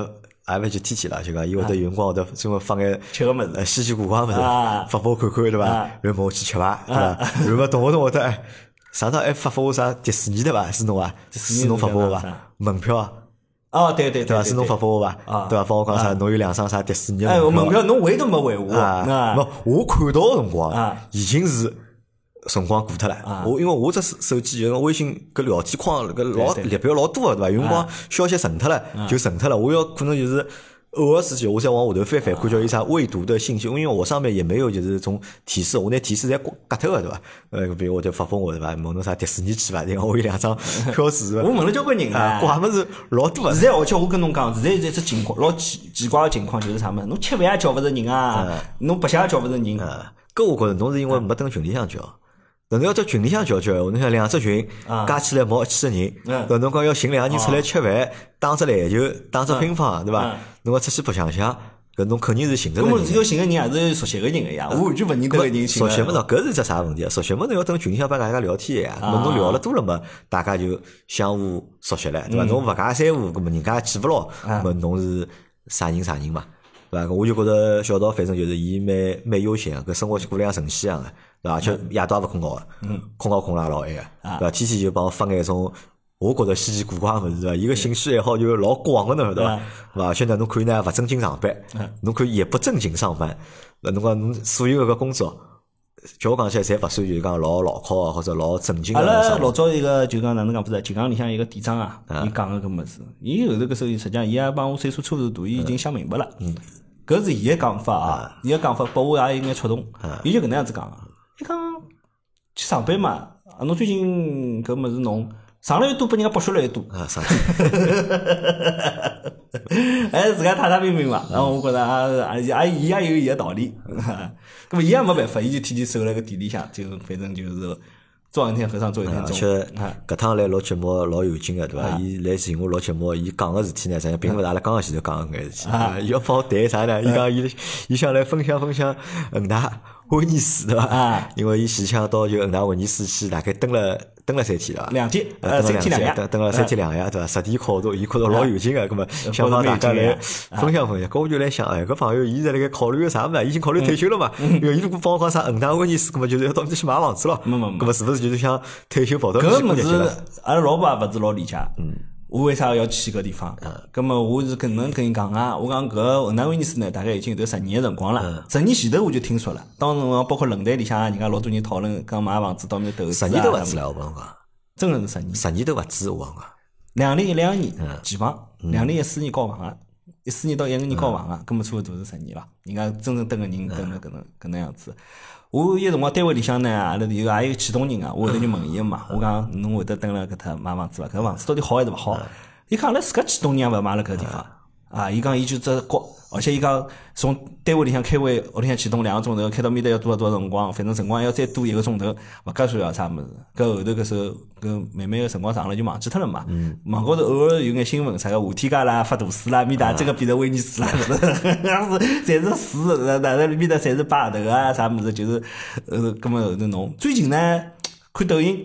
Speaker 1: 也勿就天天啦，就讲伊会得
Speaker 2: 嗯
Speaker 1: 有辰光会得专门放眼
Speaker 2: 吃个物事
Speaker 1: 呃稀奇古怪物事
Speaker 2: 啊
Speaker 1: 发拨我看看，对吧？然后我去吃伐，对吧？然后动勿动会得哎，上趟还发拨我啥迪士尼对伐？是侬伐？
Speaker 2: 士尼
Speaker 1: 是侬发拨我
Speaker 2: 是
Speaker 1: 伐
Speaker 2: 啥？
Speaker 1: 门票啊
Speaker 2: 哦，对对
Speaker 1: 对
Speaker 2: 对
Speaker 1: 伐？
Speaker 2: 对，
Speaker 1: 是侬发
Speaker 2: 对
Speaker 1: 拨我伐？
Speaker 2: 啊
Speaker 1: 对伐？帮我讲啥？侬有两张啥迪士尼的
Speaker 2: 哎，
Speaker 1: 门
Speaker 2: 门
Speaker 1: 票
Speaker 2: 票侬回都没回我，
Speaker 1: 啊，
Speaker 2: 那
Speaker 1: 没，我看到个辰光
Speaker 2: 啊
Speaker 1: 已经是辰光过脱了，我因为我只手机用微信搿聊天框搿老列表老多个对伐？有辰
Speaker 2: 啊
Speaker 1: 光消息存脱了就存脱了，我要可能就是偶尔之间我再往下头翻
Speaker 2: 啊
Speaker 1: 翻，看叫有啥未读的信息，因为我上面也没有就是种提示，我拿提示侪割脱个对伐？呃，比如我就发疯我对伐？问侬啥迪士尼去伐？然后我有两张票子是伐？
Speaker 2: 我问了交关人
Speaker 1: 啊，
Speaker 2: 啊。
Speaker 1: 怪么子老多个。
Speaker 2: 现在而且我跟侬讲，现在这只情况老奇奇怪个情况就是啥么？侬吃饭也叫勿着人啊，
Speaker 1: 嗯
Speaker 2: 侬白相也叫勿着人。
Speaker 1: 搿我觉着侬是因
Speaker 2: 啊
Speaker 1: 为没登群里向叫，哪能要到群里向叫叫？闲话，侬想两只群加起来毛一千个人，
Speaker 2: 啊嗯啊
Speaker 1: 搿侬讲要寻两个人出来吃饭，打只篮球，打只乒乓，对伐
Speaker 2: 嗯？
Speaker 1: 侬要出去白相相，搿侬肯定是寻着
Speaker 2: 根
Speaker 1: 了
Speaker 2: 本只
Speaker 1: 人。
Speaker 2: 有寻个人也是熟悉个人个呀，我完全勿认得个啊人寻
Speaker 1: 熟
Speaker 2: 了。
Speaker 1: 悉嗯么呢？搿是只啥问题啊？熟悉么侬要等群里向帮大家聊天呀。咾么侬聊了多了么，大家就相互熟悉了，对
Speaker 2: 嗯
Speaker 1: 伐？侬勿加三胡，搿么人家也记勿牢，
Speaker 2: 啊
Speaker 1: 搿么侬是啥人啥人嘛，对伐？搿我就觉着小道反正就是伊蛮蛮悠闲个，搿生活过得像神仙一样个，对伐？而
Speaker 2: 嗯
Speaker 1: 且夜到也勿困觉个，困觉困了也老晚
Speaker 2: 啊
Speaker 1: 个，对伐？天天就帮我发眼种。我觉着稀奇古怪个物事对伐？伊
Speaker 2: 嗯
Speaker 1: 个兴趣爱好就老广个呢，对伐？
Speaker 2: 啊
Speaker 1: 对伐？而且呢，侬可以呢勿正经上班，
Speaker 2: 嗯
Speaker 1: 侬可以也不正经上班。那侬讲侬所有个工作，叫我讲起来，侪勿算就是讲老牢靠啊，或者老正经
Speaker 2: 阿
Speaker 1: 个
Speaker 2: 拉
Speaker 1: 啥
Speaker 2: 老早一个就讲哪能讲不是，琴行里向一个店长啊，
Speaker 1: 嗯
Speaker 2: 伊讲个搿物事，伊后头搿时候实际上伊也帮我岁数差勿多大，伊已经想明白了。
Speaker 1: 嗯
Speaker 2: �搿是伊个讲法啊，伊个讲法拨我也有眼触动。
Speaker 1: 嗯
Speaker 2: 伊就搿能样子讲个，伊讲去上班嘛，啊侬最近搿物事侬上了越多，拨人家剥削了越多，
Speaker 1: 啊啥，
Speaker 2: 哎自家太太平平嘛。然后我觉着啊也也伊也有伊个道理， (laughs) 搿么伊也没办法，伊就天天守辣个店里向，就反正就是做一天和尚做一天
Speaker 1: 而
Speaker 2: 钟。
Speaker 1: 且
Speaker 2: 啊
Speaker 1: 搿趟来录节目老有劲个对伐？伊来寻我录节目，伊讲个事体呢，实际上并勿是阿拉刚刚前头讲个搿眼事体，啊 (laughs) 伊要帮我谈啥呢？伊讲伊伊想来分享分享恒大威尼斯对伐
Speaker 2: 啊？
Speaker 1: 因为伊前腔到就恒大威尼斯去，大概蹲了蹲了三天啊了。
Speaker 2: 两天，
Speaker 1: 呃，
Speaker 2: 呃，
Speaker 1: 等
Speaker 2: 三
Speaker 1: 了
Speaker 2: 天
Speaker 1: 两
Speaker 2: 两夜，
Speaker 1: 等等了三天两夜，对伐？十点考到，伊觉着老有劲个，葛么想
Speaker 2: 觉得
Speaker 1: 帮
Speaker 2: 蛮
Speaker 1: 大
Speaker 2: 有
Speaker 1: 家
Speaker 2: 劲
Speaker 1: 来
Speaker 2: 个
Speaker 1: 分享分享。搿我就来想，哎，搿朋友伊在辣盖考虑个啥物事？已经考虑退休了嘛？因为伊如果帮我讲啥恒大威尼斯，葛么就是要到面去买房子咯。
Speaker 2: 没没没
Speaker 1: 葛么是勿是就是想退休跑到面去
Speaker 2: 搿物
Speaker 1: 过日子了？
Speaker 2: 事，阿拉老婆也勿是老理解。嗯。我为啥要去搿地方？
Speaker 1: 嗯
Speaker 2: 葛末我是搿能跟伊讲啊，我讲搿河南威尼斯呢，大概已经有得十年个辰光
Speaker 1: 嗯
Speaker 2: 了。十年前头我就听说了，当时我包括论坛里向啊，人家老多人讨论讲买房子到面投资
Speaker 1: 十
Speaker 2: 啊
Speaker 1: 年都勿止了，我帮侬讲，
Speaker 2: 真个是十年。
Speaker 1: 十年都勿止，我帮侬讲。
Speaker 2: 两零一两年建房，两零一四年交房个，一四年到一五年交房个，根本差勿多是十年伐？人家真正蹲个人蹲了搿能搿能样子。我有辰光单位里向呢，阿拉有也有启动人个，我后头就问伊嘛，我讲侬会得蹲了搿搭买房子伐？搿房子到底好还是勿好？伊讲阿拉自家启动人也勿买了搿地方啊！伊讲伊就只觉，而且伊讲从单位里向开会，屋里向启动两个钟头，开到面搭要多少多少辰光，反正辰光要再多一个钟头，勿加算要啥物事。搿后头搿时候，搿慢慢个辰光长了就忘记脱了嘛。网高头偶尔有眼新闻，啥个夏天家啦发大水啦，面搭这个变成威尼斯啦， (laughs) 搿是侪是水，哪哪里面搭侪是摆头啊啥物事，就是后头搿么后头弄。最近呢，看抖音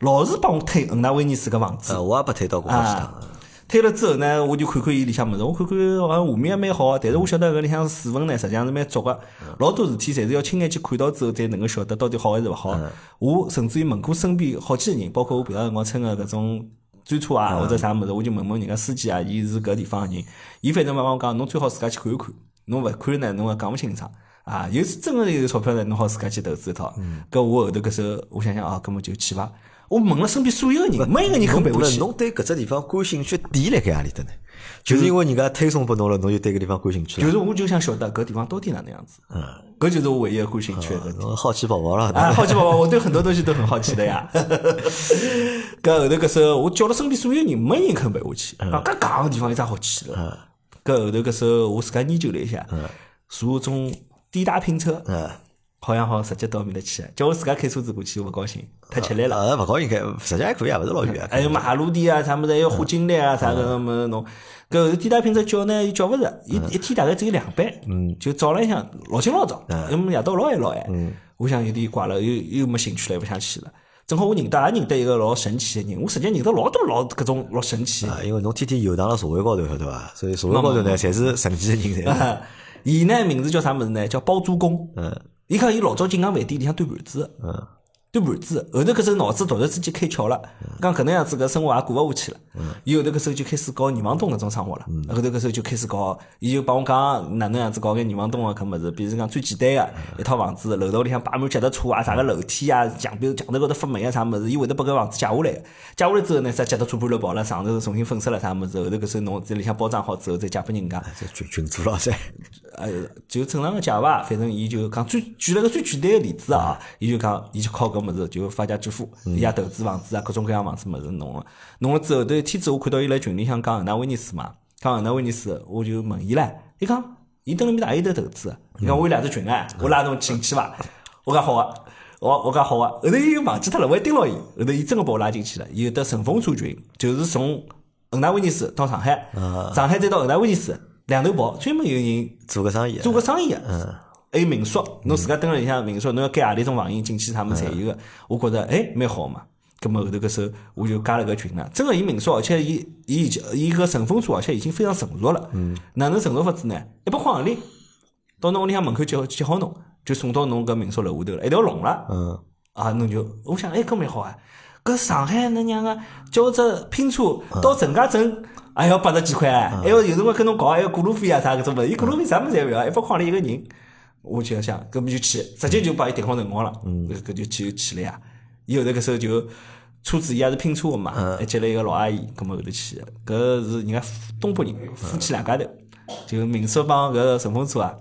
Speaker 2: 老是帮我推恒大威尼斯搿房子。
Speaker 1: 呃，我也拨推到过好几趟。
Speaker 2: 啊推了之后呢，我就看看伊里向物事，我看看好像画面也蛮好，啊但是我晓得搿里向水分呢，实际上是蛮足个，老多事体侪是要亲眼去看到之后，才能够晓得到底好还是勿
Speaker 1: 嗯
Speaker 2: 好。我甚至于问过身边好几个人，包括我平常辰光乘个搿种专车
Speaker 1: 嗯
Speaker 2: 啊或者啥物事，我就问问人家司机啊，伊是搿地方个人，伊反正嘛帮我讲，侬最好自家去看一看，侬勿看呢，侬也讲勿清爽。啊，有真个有钞票呢，侬好自家去投资一套。
Speaker 1: 嗯
Speaker 2: 搿我后头搿时候，我想想啊，搿么就去伐。我问了身边所有个人，没一个人肯陪
Speaker 1: 侬
Speaker 2: 我
Speaker 1: 不
Speaker 2: 去
Speaker 1: 是。侬对搿只地方感兴趣的点辣盖阿里搭呢？就是因为人家推送拨侬了，侬就对搿地方感兴趣了。
Speaker 2: 就是我就想晓得搿地方到底哪能样子，嗯，搿就是我唯一的感兴趣的搿点。
Speaker 1: 侬好奇宝宝了，对伐
Speaker 2: 啊，好奇宝宝，我对很多东西都很好奇的呀。 (laughs) 搿后头搿时候，我叫了身边所有人，没人肯陪我去。啊，搿戆个地方有啥好去的？搿后头搿时候，我自家研究了一下，坐种滴答拼车，
Speaker 1: 嗯呃
Speaker 2: 好像好直接到面搭去的，叫我自家开车子过去，我勿高兴，太吃力了。
Speaker 1: 呃，勿高兴，实际还可以，也啊勿是老远。
Speaker 2: 还有马路的啊，啥么子，还要花精力啊，啥个么子弄。搿后地大拼车叫呢，又叫勿着，一一天大概只有两班，就早浪向老清老早，要么夜到老晚老晚。我想有点怪了，又又没兴趣了，又勿想去了。正好我认得也认得一个老神奇的人，我实际认得老多老搿种老神奇的
Speaker 1: 啊，因为侬天天游荡辣社会高头，晓得伐？所以社会高头呢，侪是神奇的人 (laughs) 才。
Speaker 2: (laughs) 伊呢名字叫啥物事呢？叫包租公。嗯，伊讲伊老早进俺饭店里向端盘子。嗯，端盘子，后头搿只脑子突然之间开窍了，讲搿能样子搿生活也过勿下去了。伊后头搿时候就开始搞阎王洞搿种生活了，后头搿时候就开始搞，伊就帮我讲哪能样子搞眼阎王洞啊搿物事，比如讲最简单个一套房子，楼道里向摆满脚踏车啊，啥个楼梯啊，墙壁墙头高头发霉啊啥物事，伊会得把搿房子借下来。借下来之后呢，啥脚踏车搬了跑了，上头重新粉饰了啥物事，后头搿时候侬在里向包装好之后再借拨人家。
Speaker 1: 这群群主了噻，
Speaker 2: 呃，就正常个借伐，反正伊就讲最举了个最简单个例子啊，伊就讲，伊就靠搿物事就发家致富，伊也投资房子啊，各种各样房子物事弄了，弄了之后，头一天子我看到伊辣群里向讲恒大威尼斯嘛，讲恒大威尼斯，我就问伊唻，伊讲，伊蹲辣面搭也有得投资，伊讲我有两只群哎，我拉侬进去伐？我讲好啊。我我讲好啊，后头伊又忘记脱了，我还盯牢伊，后头伊真个把我拉进去了，伊有得顺风车群，就是从恒大威尼斯到上海，上海再到恒大威尼斯，两头跑，专门有人
Speaker 1: 做个生意，啊
Speaker 2: 做个生意个，还有民宿，侬自家蹲辣里向民宿，侬要盖何里种房型进去，啥么侪有个。我觉着哎蛮好嘛。咁么后头搿时候我就加了个群了，真个伊民宿，而且伊伊已经伊搿顺风车，而且已经非常成熟了。哪能成熟法子呢？一百块行钿到侬屋里向门口接接好侬，就送到侬搿民宿楼下头了，一条龙了。
Speaker 1: 嗯，
Speaker 2: 啊，侬就我想，哎，搿蛮好啊！搿上海那娘个叫只拼车到陈家镇，还要八十几块啊，还要有辰光跟侬搞，还要过路费啊啥搿种物事，伊过路费啥物事侪勿要，一百块钿一个人。我就想，搿么就去，直接就帮伊定好辰光了，搿搿就去就去了呀。伊后头搿时候就车子伊也是拼车个嘛，还接了一个老阿姨，搿么后头去的，搿是人家夫东北人，夫妻两家头，就民宿帮搿顺风车啊，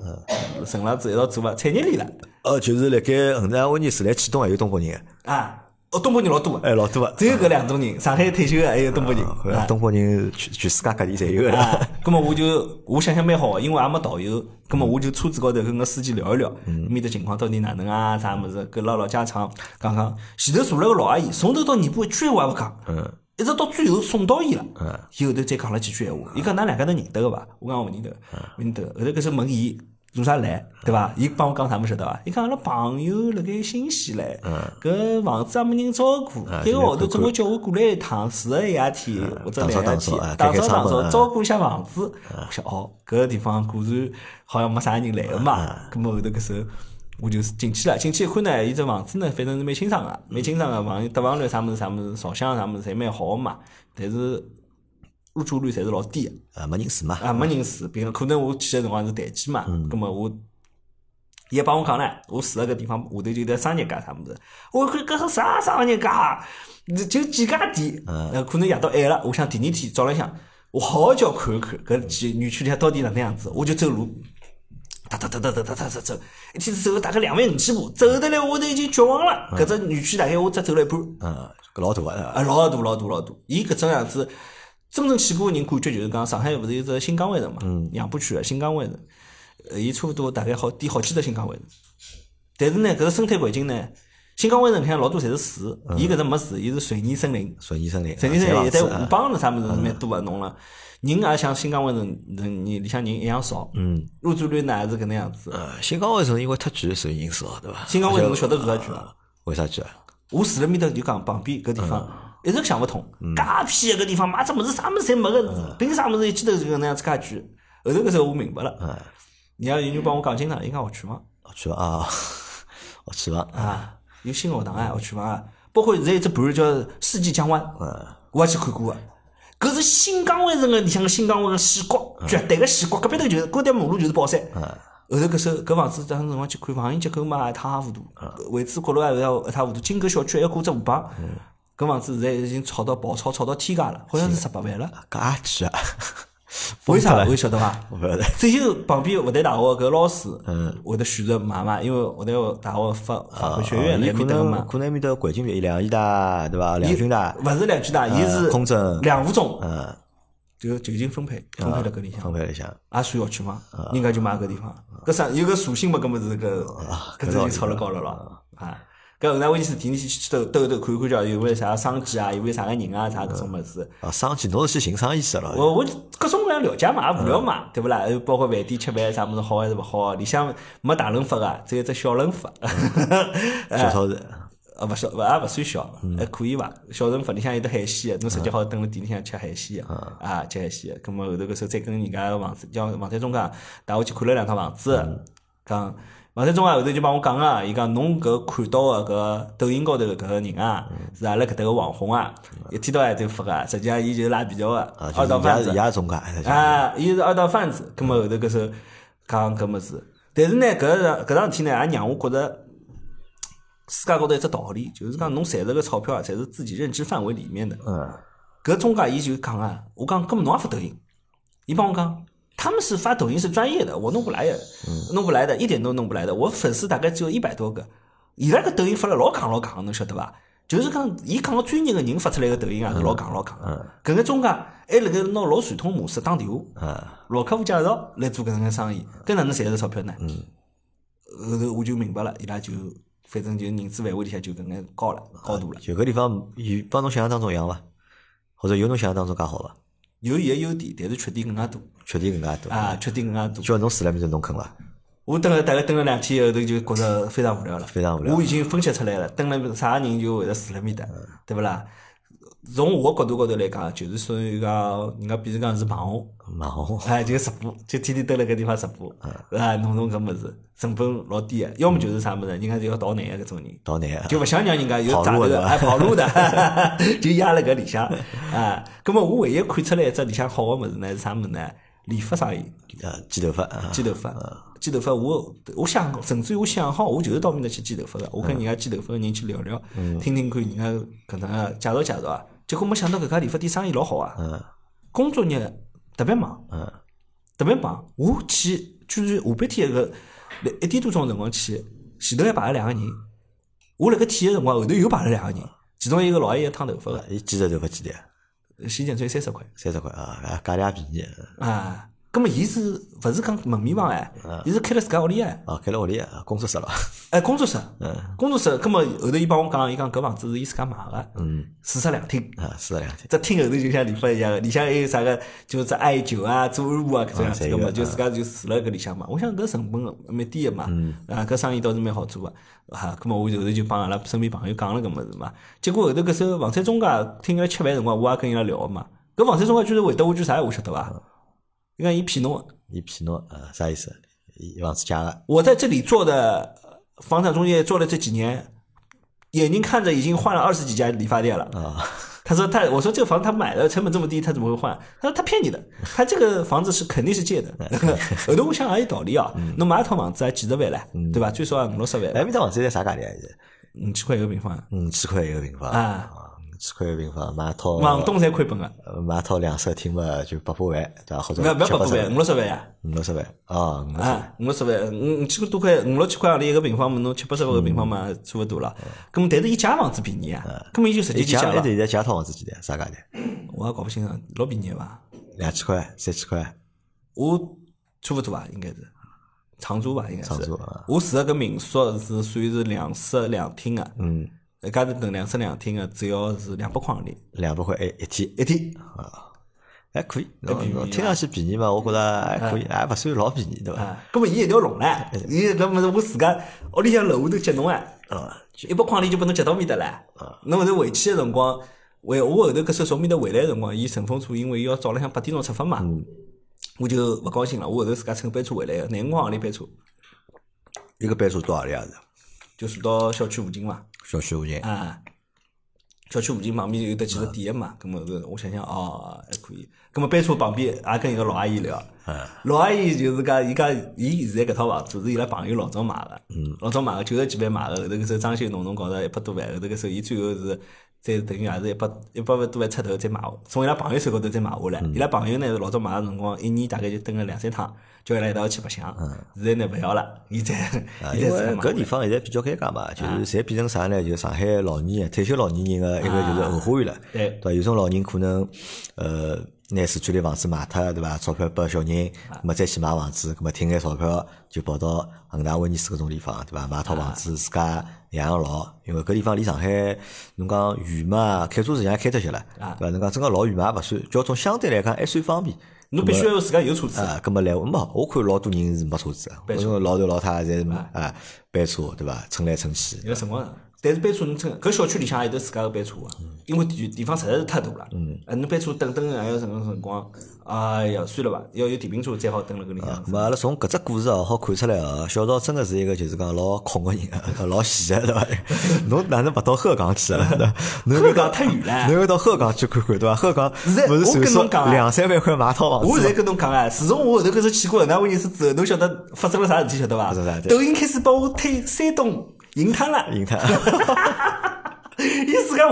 Speaker 2: 顺辣子一道做啊，产业链了
Speaker 1: 呃，就是辣盖恒大威尼斯来启东还有东北人，
Speaker 2: 啊。哦，东北人老多啊，
Speaker 1: 哎，老多啊， (laughs)
Speaker 2: 只有搿两种人，上海退休的还有东北人。啊
Speaker 1: 东北人全全世界各地侪有
Speaker 2: (laughs)
Speaker 1: 个，
Speaker 2: 啊，葛么我就我想想蛮好，因为也没导游，葛么我就车子高头跟个司机聊一聊，面的情况到底哪能啊，啥物事，跟唠唠家常，讲讲。前头坐了个老阿姨，从头到尾巴一句闲话也勿讲，
Speaker 1: 嗯，
Speaker 2: 一直到最后送到伊了
Speaker 1: 嗯，
Speaker 2: 伊后头再讲了几句闲话。伊讲㑚两家头认得个伐？我讲我认得个，勿认得个。后头搿是问伊做啥来，对伐？伊帮我讲啥么晓得伐？伊讲阿拉朋友辣盖新西兰，搿房子也没人照顾，一个号头总归叫我啊过来嗯一趟，住个一夜天或者两夜
Speaker 1: 打扫
Speaker 2: 天
Speaker 1: 打扫啊，
Speaker 2: 打
Speaker 1: 开
Speaker 2: 扫
Speaker 1: 开
Speaker 2: 打
Speaker 1: 窗嗯门
Speaker 2: 扫，
Speaker 1: 啊
Speaker 2: 照顾一下房子。我想哦，搿个地方果然好像没啥人来个
Speaker 1: 嗯
Speaker 2: 嘛。葛末后头搿时候。我就进去了，进去一看呢，伊只房子呢，反正是蛮清爽个，蛮清爽个，房搭房率啥物事啥物事，朝向啥物事侪蛮好个嘛。但是入住率侪是老低个，
Speaker 1: (laughs) 啊，没人住嘛，
Speaker 2: 啊，没人住。比如可能我去个辰光是淡季嘛，葛末我伊也帮我讲唻，我住个搿地方下头就有得商业街啥物事，我看搿是啥商业街啊，就几家店，呃，可能夜到晚了，我想第二天早浪向，我好好叫看一看搿几园区里向到底哪能样子，我就走路。哒哒哒哒哒哒哒哒走，一天走大概两万五千步，走得来我都已经绝望了。搿只园区大概我只走了一半，
Speaker 1: 嗯，老大个，
Speaker 2: 啊，老大老大老大！伊搿种样子，真正去过个人感觉就是讲，上海勿是有只新港湾城
Speaker 1: 嗯
Speaker 2: 嘛，杨浦区个新港湾城，呃伊差勿多大概好点好几只新港湾城。但是呢，搿个生态环境呢，新港湾城里向老多侪是树，
Speaker 1: 嗯
Speaker 2: 伊搿只没树，伊是水泥森林。
Speaker 1: 孙医生嘞，
Speaker 2: 陈先生也在
Speaker 1: 侪
Speaker 2: 五
Speaker 1: 啊房子啊
Speaker 2: 帮了啥物事蛮多个弄了，人也像新港湾城人里向人一样少，嗯，入住率呢还是搿能样子。
Speaker 1: 呃，新港湾城因为太贵，所以人少，对伐？
Speaker 2: 新港湾城侬晓得住啥区伐？
Speaker 1: 为啥贵啊？
Speaker 2: 我住了面搭就讲旁边搿地方一直想勿通，介偏一个地方买只物事啥物事侪没个，凭啥物事一记头就搿能样子介贵？后头搿时候我明白了，人家有人帮我讲清爽，伊讲学区房
Speaker 1: 我去伐啊， (laughs) 我去伐？
Speaker 2: 啊，有新学堂啊，学区房啊，包括现在有只盘叫世纪江湾，
Speaker 1: 嗯
Speaker 2: 我也去看过啊。搿是新港湾城个里向个新港湾个死角，
Speaker 1: 嗯
Speaker 2: 绝对个死角，隔壁头就是高条马路就是宝山。后头搿时候搿房子当时辰光去看，房型结构嘛一塌糊涂，
Speaker 1: 嗯
Speaker 2: 位置角落也一塌糊涂，金阁小区还要过只河浜。搿房子现在已经炒到爆炒，炒到天价了，好像是十八万了。
Speaker 1: 搿也贵啊！ (laughs)
Speaker 2: 为啥我晓得伐？
Speaker 1: 我勿晓得，
Speaker 2: 只有旁边复旦大学搿老师，
Speaker 1: 嗯
Speaker 2: 会得选择买嘛，因为复旦大学法法学院
Speaker 1: 伊
Speaker 2: 来
Speaker 1: 啊哦可
Speaker 2: 面搭个嘛
Speaker 1: 能。可能埃面搭环境比两医大对伐？两军大，
Speaker 2: 勿是两区大，伊是
Speaker 1: 啊呃空政
Speaker 2: 两附中，
Speaker 1: 嗯，
Speaker 2: 就就近分配分配辣搿里向
Speaker 1: 分，配里向，
Speaker 2: 也算小区房，人家就买搿地方。搿啥有个属性嘛，搿么是搿啊搿只就炒了高了咯啊！搿后头我就是第二天去兜兜兜看看叫有没有啥商机啊，有没有啥个人啊，啥搿种物事。
Speaker 1: 啊，生意侬是去寻生意去了咯，
Speaker 2: 我我各种各样了解嘛，也无聊嘛，对勿啦？还有包括饭店吃饭啥物事好还是勿好，啊里向没大润发个，只有只小润 (laughs) 发。嗯哎
Speaker 1: 小超市，
Speaker 2: 啊，勿小，勿也勿算小，
Speaker 1: 嗯
Speaker 2: 还可以伐？小辰房里向有得海鲜，侬直接好蹲辣店里向吃海鲜，
Speaker 1: 嗯
Speaker 2: 啊，
Speaker 1: 嗯
Speaker 2: 吃海鲜。咁么后头搿时候再跟人家房子，像房产中介带我去看了两套房子，讲王三中啊，后头就帮我讲啊，伊讲侬搿看到个搿抖音高头搿个人啊，
Speaker 1: 嗯
Speaker 2: 是阿拉搿搭个网红啊，一天到晚在发啊，实际上伊就是拉皮条个
Speaker 1: 啊，就
Speaker 2: 二道贩
Speaker 1: 是
Speaker 2: 子
Speaker 1: 也也是中介，哎
Speaker 2: 啊，伊是二道贩子，葛末后头搿时候讲搿物事，但是呢，搿桩搿桩事体呢，也让我觉着世界高头一只道理，就是讲侬赚着个钞票啊，侪是自己认知范围里面的。
Speaker 1: 嗯，
Speaker 2: 搿中介伊就讲啊，我讲搿么侬也发抖音，伊帮我讲，他们是发抖音是专业的，我弄不来的，弄不来的，一点都弄不来的。我粉丝大概只有一百多个，伊拉搿抖音发了老戆老戆，侬晓得伐？就是讲，伊讲个专业个人发出来个抖音啊，是老戆老戆。搿个中介还辣盖拿老传统模式打电话，
Speaker 1: 啊
Speaker 2: 老客户介绍来做搿能介生意，搿哪能赚着钞票呢？
Speaker 1: 嗯
Speaker 2: 后头我就明白了，伊拉就反正就认知范围里向就搿能介高了，
Speaker 1: 嗯
Speaker 2: 高度了。
Speaker 1: 就搿地方有帮侬想象当中一样伐？或者有侬想象当中介好伐？
Speaker 2: 有伊个优点，但是缺点更加多
Speaker 1: 缺点更加多，
Speaker 2: 啊，缺点更加多。
Speaker 1: 叫侬住辣面头侬啃伐？
Speaker 2: 我蹲了大概蹲了两天后头就觉着非常无聊了，
Speaker 1: 非常无聊嗯
Speaker 2: 我已经分析出来了，蹲了啥人就会得死了面的，对不啦？从我角度高头来讲，就是属于讲人家，比如讲是网红，
Speaker 1: 蛮好，
Speaker 2: 哎，就直播，就天天蹲辣搿地方直播，
Speaker 1: 嗯
Speaker 2: 啊，弄弄搿物事，成本老低啊个，要么就是啥物事，人家就要逃难个搿种人，
Speaker 1: 到难啊，
Speaker 2: 就勿想让人家有
Speaker 1: 跑
Speaker 2: 闸
Speaker 1: 路
Speaker 2: 头
Speaker 1: 的
Speaker 2: 的，还哎跑路的， (laughs) 就压辣搿里向啊。葛么我唯一看出来一只里向好个物事呢是啥物事呢？理发生意。
Speaker 1: 呃，剪头发啊，
Speaker 2: 剪头发，剪头发，我我想，甚至于我想好，我就是到面搭去剪头发个，我跟人家剪头发个人去聊聊，听听看人家搿能介介绍介绍啊。结果没想到搿家理发店生意老好啊，工作日特别忙，特别忙。我去，居然下半天一个一点多钟辰光去，前头还排了两个人，我辣搿体验辰光后头又排了两个人，其中一个老爷爷烫头发
Speaker 1: 啊伊剪头头发几钿？
Speaker 2: 个，洗剪吹三十块。
Speaker 1: 三十块啊，啊，价钿也便宜
Speaker 2: 啊，葛么伊是勿是讲门面房哎？伊是开了自家屋里哎，
Speaker 1: 啊，开了屋里啊，工作室了，
Speaker 2: 哎，工作室，工作室，葛么后头伊帮我讲，伊讲搿房子是伊自家买个，嗯，四室两厅，
Speaker 1: 啊，是两天，
Speaker 2: 只厅后头就像理发一样个，里向还有啥个，就是只艾灸啊、做按摩啊搿种样子个
Speaker 1: 侪有
Speaker 2: 嘛，就自家就住辣搿里向嘛。我想搿成本蛮低个嘛，啊，搿生意倒是蛮好做个，啊，葛么我就后头就帮阿拉身边朋友讲了搿物事嘛。结果后头搿时候房产中介听伊拉吃饭辰光，我也跟伊拉聊个嘛，搿房产中介居然回答我句啥闲话晓得伐？伊讲伊骗侬个。
Speaker 1: 伊骗侬啊，啥意思？伊房子假的，
Speaker 2: 我在这里做的房产中介做了这几年，眼睛看着已经换了二十几家理发店了啊。他说他，我说这个房子他买的成本这么低，他怎么会换？他说他骗你
Speaker 1: (laughs)
Speaker 2: 的，他这个房子是肯定是借的。后头我想也有道理啊，
Speaker 1: 嗯
Speaker 2: 侬买一套房子啊几十万嘞，对吧？最少也五六十万
Speaker 1: 哎，
Speaker 2: 了，
Speaker 1: 面搭房子现在啥价钿啊？现在
Speaker 2: 五千块一个平方，
Speaker 1: 五千块一个平方
Speaker 2: 啊，
Speaker 1: 五千块一个平方买一套，
Speaker 2: 往东才亏本啊，
Speaker 1: 呃买一套两室厅嘛，就八百万，对伐？或者
Speaker 2: 不要不
Speaker 1: 七
Speaker 2: 要
Speaker 1: 八
Speaker 2: 百
Speaker 1: 十
Speaker 2: 万，五，六十万呀。
Speaker 1: 五六十万啊，五六十
Speaker 2: 啊，五六十万，五五千多块，五六千块里一个平方嘛，侬七八十万个平方嘛，
Speaker 1: 嗯
Speaker 2: 差不多了。咁么但是伊借房子便宜啊，咁么伊就直接
Speaker 1: 一
Speaker 2: 去借
Speaker 1: 家
Speaker 2: 了
Speaker 1: 现。在假套房子几钿啊？啥价钿？
Speaker 2: 我也搞不清爽，老便宜的伐？
Speaker 1: 两千块，三千块，
Speaker 2: 我差不多吧，应该是长租吧，应该是。
Speaker 1: 长租啊
Speaker 2: 我住的搿民宿是算是两室两厅的，嗯，一家头等两室两厅的，只要是两百块钿
Speaker 1: 两百块一一天，啊
Speaker 2: 一天。
Speaker 1: 还可以。
Speaker 2: 便
Speaker 1: 侬
Speaker 2: 宜
Speaker 1: 侬
Speaker 2: 啊
Speaker 1: 听上去便宜嘛？我觉着还可以，还勿算老便宜，对伐？
Speaker 2: 啊，搿么伊一条龙唻，伊搿么是我自家屋里向楼下头接侬哎，
Speaker 1: 啊
Speaker 2: 一百块钿就拨侬接到面搭唻。侬后头回去个辰光，回我后头搿时候从面搭回来个辰光，伊顺风车因为伊要早浪向八点钟出发嘛，
Speaker 1: 嗯
Speaker 2: 我就勿高兴了，我后头自家乘班车回来个，廿五块行钿班车，
Speaker 1: 一个班数多少钿啊？
Speaker 2: 就坐到小区附近嘛，
Speaker 1: 小区附近
Speaker 2: 啊，小区附近旁边有得几
Speaker 1: 嗯
Speaker 2: 个店嘛，咁么后头我想想哦还可以，咁么班车旁边也跟一个老阿姨聊，
Speaker 1: 嗯
Speaker 2: 老阿姨就是讲伊讲伊现在搿套房子是伊拉朋友老早买个，
Speaker 1: 嗯
Speaker 2: 老早买个九十几万买个，后头搿时候装修弄弄搞到一百多万，后头搿时候伊最后是。再等于也是一百一百多万出头再买，从伊拉朋友手高头再买下来。
Speaker 1: 嗯
Speaker 2: 伊拉朋友呢，老早买个辰光，一年大概就蹲个两三趟，叫伊拉一道去白相。现在呢勿要了，现在
Speaker 1: 嗯啊，
Speaker 2: 现
Speaker 1: 因
Speaker 2: 在
Speaker 1: 为
Speaker 2: 自家买
Speaker 1: 搿地方现在比较尴尬嘛，
Speaker 2: 啊
Speaker 1: 就是侪变成啥呢？就是上海老年人、退休老年人个一个就是后花园了，
Speaker 2: 啊对
Speaker 1: 对伐？有种老人可能呃，拿市区里房子卖脱，对伐？钞票拨小人，
Speaker 2: 啊
Speaker 1: 咾么再去买房子，咾么听眼钞票就跑到恒大威尼斯搿种地方，对伐？买套房
Speaker 2: 啊
Speaker 1: 子自家养养老，因为搿地方离上海侬讲远嘛，开车实际上开脱些了，
Speaker 2: 啊
Speaker 1: 对伐？侬讲真个老远嘛也勿算，交通相对来讲还算方便。
Speaker 2: 侬必须要自家有车子。
Speaker 1: 啊，搿么来，没，我看老多
Speaker 2: 啊
Speaker 1: 啊人是没车子的，因为老头老太侪是啊，班车对伐？乘来乘去，
Speaker 2: 有辰光但是班车侬真搿小区里向也有得自家个班车个，啊
Speaker 1: 嗯
Speaker 2: 因为地地方实在是太大了。嗯，啊，侬班车等等还要什么辰光？哎呀，算了吧，要有电瓶车才好等辣搿里向。
Speaker 1: 咁阿拉从搿只故事也好看出来啊，小赵真的是一个就是讲老空个人啊， (laughs) 老闲个对伐？ (laughs) 侬哪能勿到鹤岗去啊？ (laughs) 对伐侬
Speaker 2: 鹤岗太远
Speaker 1: (laughs)
Speaker 2: 了
Speaker 1: 侬要到鹤岗去看看对伐？鹤岗
Speaker 2: 现在
Speaker 1: 勿是
Speaker 2: 我跟
Speaker 1: 传
Speaker 2: 侬讲啊
Speaker 1: 说两三万块买一套房子吗？
Speaker 2: 我现在跟侬讲啊，自从我后头开始去过河南威尼斯之后，侬晓得发生了啥事体晓得伐
Speaker 1: 发生啥事？体嗯
Speaker 2: 抖音开始帮我推山东银滩了。 (laughs)
Speaker 1: 银滩，
Speaker 2: 伊自家下头